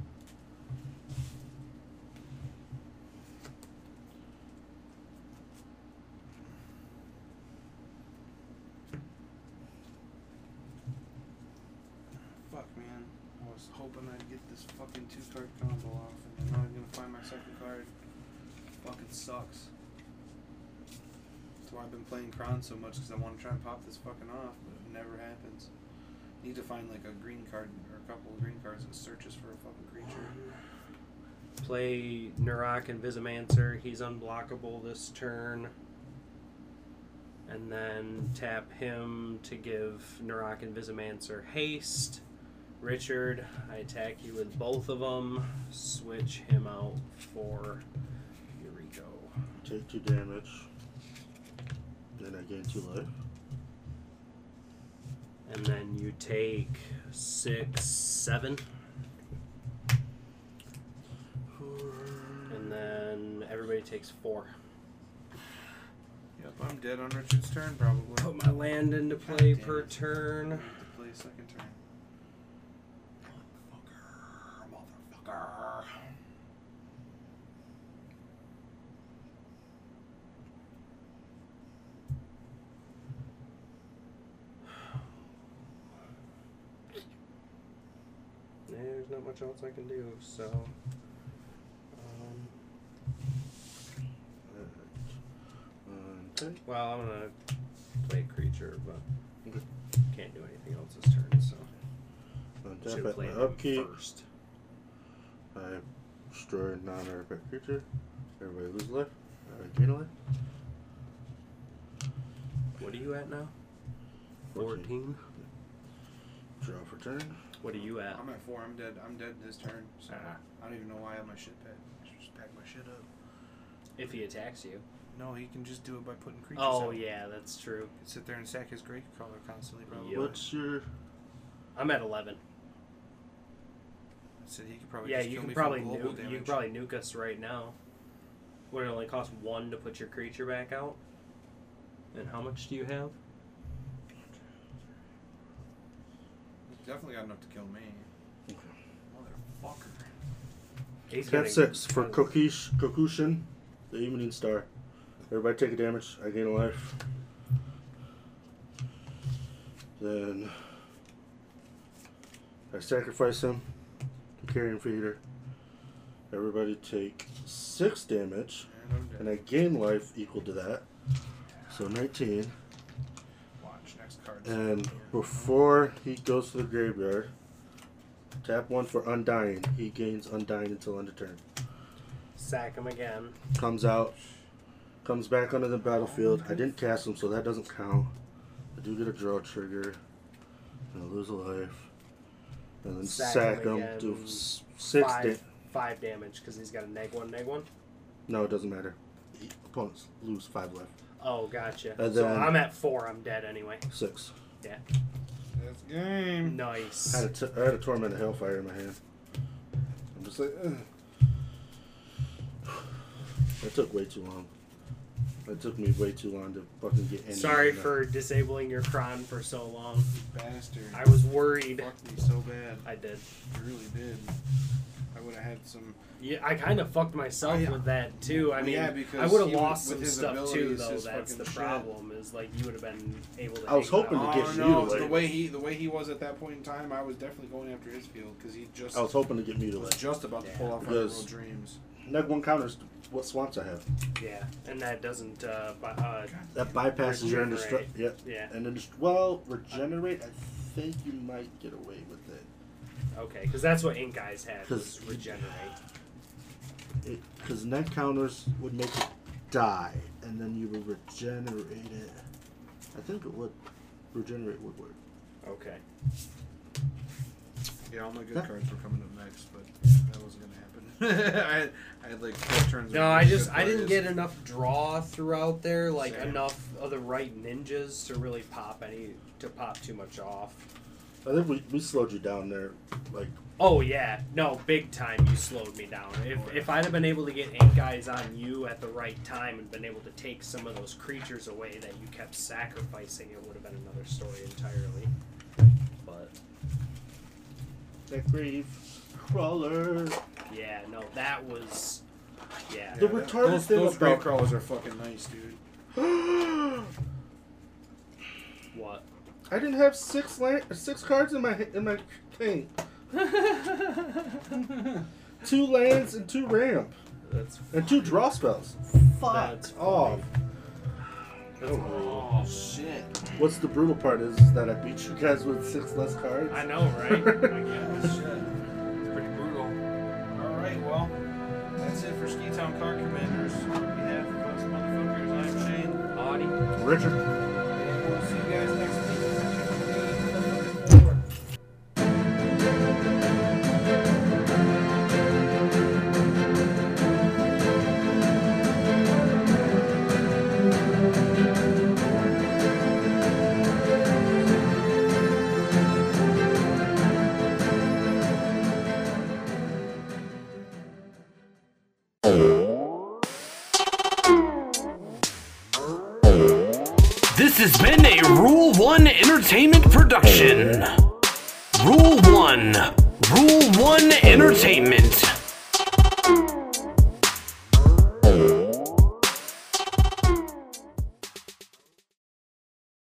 [SPEAKER 2] Fuck, man. I was hoping I'd get this fucking two card combo off, and I'm not gonna find my second card. Fucking sucks. That's why I've been playing Kron so much, because I want to try and pop this fucking off, but it never happens. Need to find like a green card or a couple of green cards that searches for a fucking creature.
[SPEAKER 3] Play Nurak and Visimancer. He's unblockable this turn. And then tap him to give Nurak and Visimancer haste. Richard, I attack you with both of them. Switch him out for Eureko.
[SPEAKER 1] Take two damage. Then I gain two life.
[SPEAKER 3] And then you take six, seven. And then everybody Harry takes four.
[SPEAKER 2] Yep, I'm dead on Richard's turn, probably.
[SPEAKER 3] Put Oh, my land into play
[SPEAKER 2] God damn
[SPEAKER 3] per
[SPEAKER 2] it.
[SPEAKER 3] turn.
[SPEAKER 2] To play a second turn. Motherfucker, motherfucker.
[SPEAKER 3] Yeah, There's not much else I can do, so. Um,
[SPEAKER 1] Alright. Um,
[SPEAKER 3] well, I'm gonna play a creature, but
[SPEAKER 1] Okay.
[SPEAKER 3] can't do anything else this turn, so.
[SPEAKER 1] untap,
[SPEAKER 3] Should
[SPEAKER 1] untap at
[SPEAKER 3] play
[SPEAKER 1] my
[SPEAKER 3] them
[SPEAKER 1] upkeep.
[SPEAKER 3] first.
[SPEAKER 1] I destroy a non artifact creature. Everybody Uh, loses life. I gain a life.
[SPEAKER 3] What are you at now?
[SPEAKER 1] 14.
[SPEAKER 3] 14.
[SPEAKER 1] Draw for turn.
[SPEAKER 3] What are you at?
[SPEAKER 2] I'm at four. I'm dead. I'm dead this turn. So
[SPEAKER 3] Ah.
[SPEAKER 2] I don't even know why I have my shit packed. I should just pack my shit up.
[SPEAKER 5] If he attacks you.
[SPEAKER 2] No, he can just do it by putting creatures.
[SPEAKER 5] Oh
[SPEAKER 2] out.
[SPEAKER 5] yeah, that's true.
[SPEAKER 2] He'd Sit there and sack his great color constantly, probably.
[SPEAKER 5] Yep.
[SPEAKER 1] What's your.
[SPEAKER 5] I'm at eleven.
[SPEAKER 2] So he could probably
[SPEAKER 5] yeah,
[SPEAKER 2] just
[SPEAKER 5] you
[SPEAKER 2] kill
[SPEAKER 5] can
[SPEAKER 2] me
[SPEAKER 5] probably
[SPEAKER 2] from global
[SPEAKER 5] nuke.
[SPEAKER 2] damage.
[SPEAKER 5] You can probably nuke us right now.
[SPEAKER 3] Would it only cost one to put your creature back out? And how much do you have?
[SPEAKER 2] He's definitely got enough to kill me. Motherfucker.
[SPEAKER 3] He's
[SPEAKER 1] Cap
[SPEAKER 3] getting-
[SPEAKER 1] six for Kokish, Kokushin, the Evening Star. Everybody take a damage. I gain a life. Then I sacrifice him to carrion feeder. Everybody take six damage,
[SPEAKER 2] And I'm dead.
[SPEAKER 1] and I gain life equal to that. So 19.
[SPEAKER 2] Watch next card.
[SPEAKER 1] And before he goes to the graveyard, tap one for Undying. He gains Undying until end of turn.
[SPEAKER 3] Sack him again.
[SPEAKER 1] comes out, comes back onto the battlefield. I didn't cast him, so that doesn't count. I do get a draw trigger, and I lose a life, and then
[SPEAKER 3] Sack
[SPEAKER 1] sack,
[SPEAKER 3] him
[SPEAKER 1] him.
[SPEAKER 3] again.
[SPEAKER 1] Do s- six. Da-
[SPEAKER 3] five, five damage because he's got a neg one, neg one.
[SPEAKER 1] no, it doesn't matter. The Opponents lose five life.
[SPEAKER 3] Oh, gotcha.
[SPEAKER 1] And
[SPEAKER 3] so
[SPEAKER 1] then-
[SPEAKER 3] I'm at four. I'm dead anyway.
[SPEAKER 1] Six.
[SPEAKER 2] That's game.
[SPEAKER 1] I had
[SPEAKER 3] Nice.
[SPEAKER 1] a, t- I had a torment of hellfire in my hand. I'm just like, Ugh. that took way too long. It took me way too long to fucking get any.
[SPEAKER 5] Sorry
[SPEAKER 1] of
[SPEAKER 2] uh,
[SPEAKER 1] that.
[SPEAKER 5] for disabling your cron for so long.
[SPEAKER 2] Bastard.
[SPEAKER 5] I was worried.
[SPEAKER 2] fucked me so bad.
[SPEAKER 5] I did.
[SPEAKER 2] I really did. I would have had some.
[SPEAKER 5] Yeah, I kind of fucked myself
[SPEAKER 2] Oh, yeah.
[SPEAKER 5] with that too. I
[SPEAKER 2] Well,
[SPEAKER 5] mean,
[SPEAKER 2] yeah, because
[SPEAKER 5] I would have
[SPEAKER 2] he would-
[SPEAKER 5] lost
[SPEAKER 2] with
[SPEAKER 5] some
[SPEAKER 2] his
[SPEAKER 5] stuff too,
[SPEAKER 2] abilities,
[SPEAKER 5] though.
[SPEAKER 2] his
[SPEAKER 5] That's
[SPEAKER 2] fucking
[SPEAKER 5] the
[SPEAKER 2] shit.
[SPEAKER 5] problem. Is like you would have been able to.
[SPEAKER 1] I was
[SPEAKER 5] hang it
[SPEAKER 1] hoping to
[SPEAKER 5] out.
[SPEAKER 1] get
[SPEAKER 2] Oh
[SPEAKER 1] you
[SPEAKER 2] no!
[SPEAKER 1] to
[SPEAKER 2] The
[SPEAKER 1] like-
[SPEAKER 2] way he the way he was at that point in time, I was definitely going after his field because he just
[SPEAKER 1] I was hoping to get
[SPEAKER 2] was
[SPEAKER 1] mutilated.
[SPEAKER 2] just about to pull
[SPEAKER 5] Yeah.
[SPEAKER 2] off our
[SPEAKER 1] Because-
[SPEAKER 2] little dreams.
[SPEAKER 1] Neg one counters what swamps I have.
[SPEAKER 5] Yeah, and that doesn't. Uh, bu- uh,
[SPEAKER 1] That bypasses your indestruct.
[SPEAKER 5] Regenerate.
[SPEAKER 1] Yep.
[SPEAKER 5] yeah.
[SPEAKER 1] And then just well, regenerate. I think you might get away with it
[SPEAKER 5] Okay, because that's what Ink Eyes had was
[SPEAKER 1] 'Cause-
[SPEAKER 5] regenerate.
[SPEAKER 1] because net counters would make it die, and then you would regenerate it. I think it would regenerate would work.
[SPEAKER 5] Okay.
[SPEAKER 2] Yeah, all my good
[SPEAKER 1] Huh?
[SPEAKER 2] cards were coming up next, but yeah, that wasn't gonna happen. I, had, I had like four turns.
[SPEAKER 5] No,
[SPEAKER 2] of
[SPEAKER 5] I
[SPEAKER 2] good
[SPEAKER 5] just I didn't
[SPEAKER 2] plays.
[SPEAKER 5] get enough draw throughout there, like
[SPEAKER 2] Same.
[SPEAKER 5] enough of the right ninjas to really pop any to pop too much off.
[SPEAKER 1] I think we, we slowed you down there, like
[SPEAKER 5] Oh yeah, no, big time. You slowed me down. If if I'd have been able to get ink eyes on you at the right time and been able to take some of those creatures away that you kept sacrificing, it would have been another story entirely. But
[SPEAKER 1] that grave crawler.
[SPEAKER 5] yeah, no, that was yeah.
[SPEAKER 1] The
[SPEAKER 2] that-
[SPEAKER 1] retarded
[SPEAKER 2] those,
[SPEAKER 1] thing
[SPEAKER 2] those
[SPEAKER 1] about-
[SPEAKER 2] grave crawlers are fucking nice, dude.
[SPEAKER 5] What?
[SPEAKER 1] I didn't have six la- six cards in my ha- in my thing. two lands and two ramp
[SPEAKER 5] That's
[SPEAKER 1] and two draw spells. Fuck
[SPEAKER 5] That's
[SPEAKER 1] off.
[SPEAKER 5] that's
[SPEAKER 2] Oh shit!
[SPEAKER 1] What's the brutal part is that I beat you guys with six less cards.
[SPEAKER 5] I know, right? I guess.
[SPEAKER 2] Oh shit!
[SPEAKER 3] It's pretty brutal.
[SPEAKER 2] All right, well, that's it for Ski Town Car Commanders. On behalf of us motherfuckers, I'm Shane.
[SPEAKER 3] Body.
[SPEAKER 1] Richard.
[SPEAKER 2] And we'll see you guys next week.
[SPEAKER 3] This has been a Rule 1 Entertainment production. Rule 1. Rule 1 Entertainment.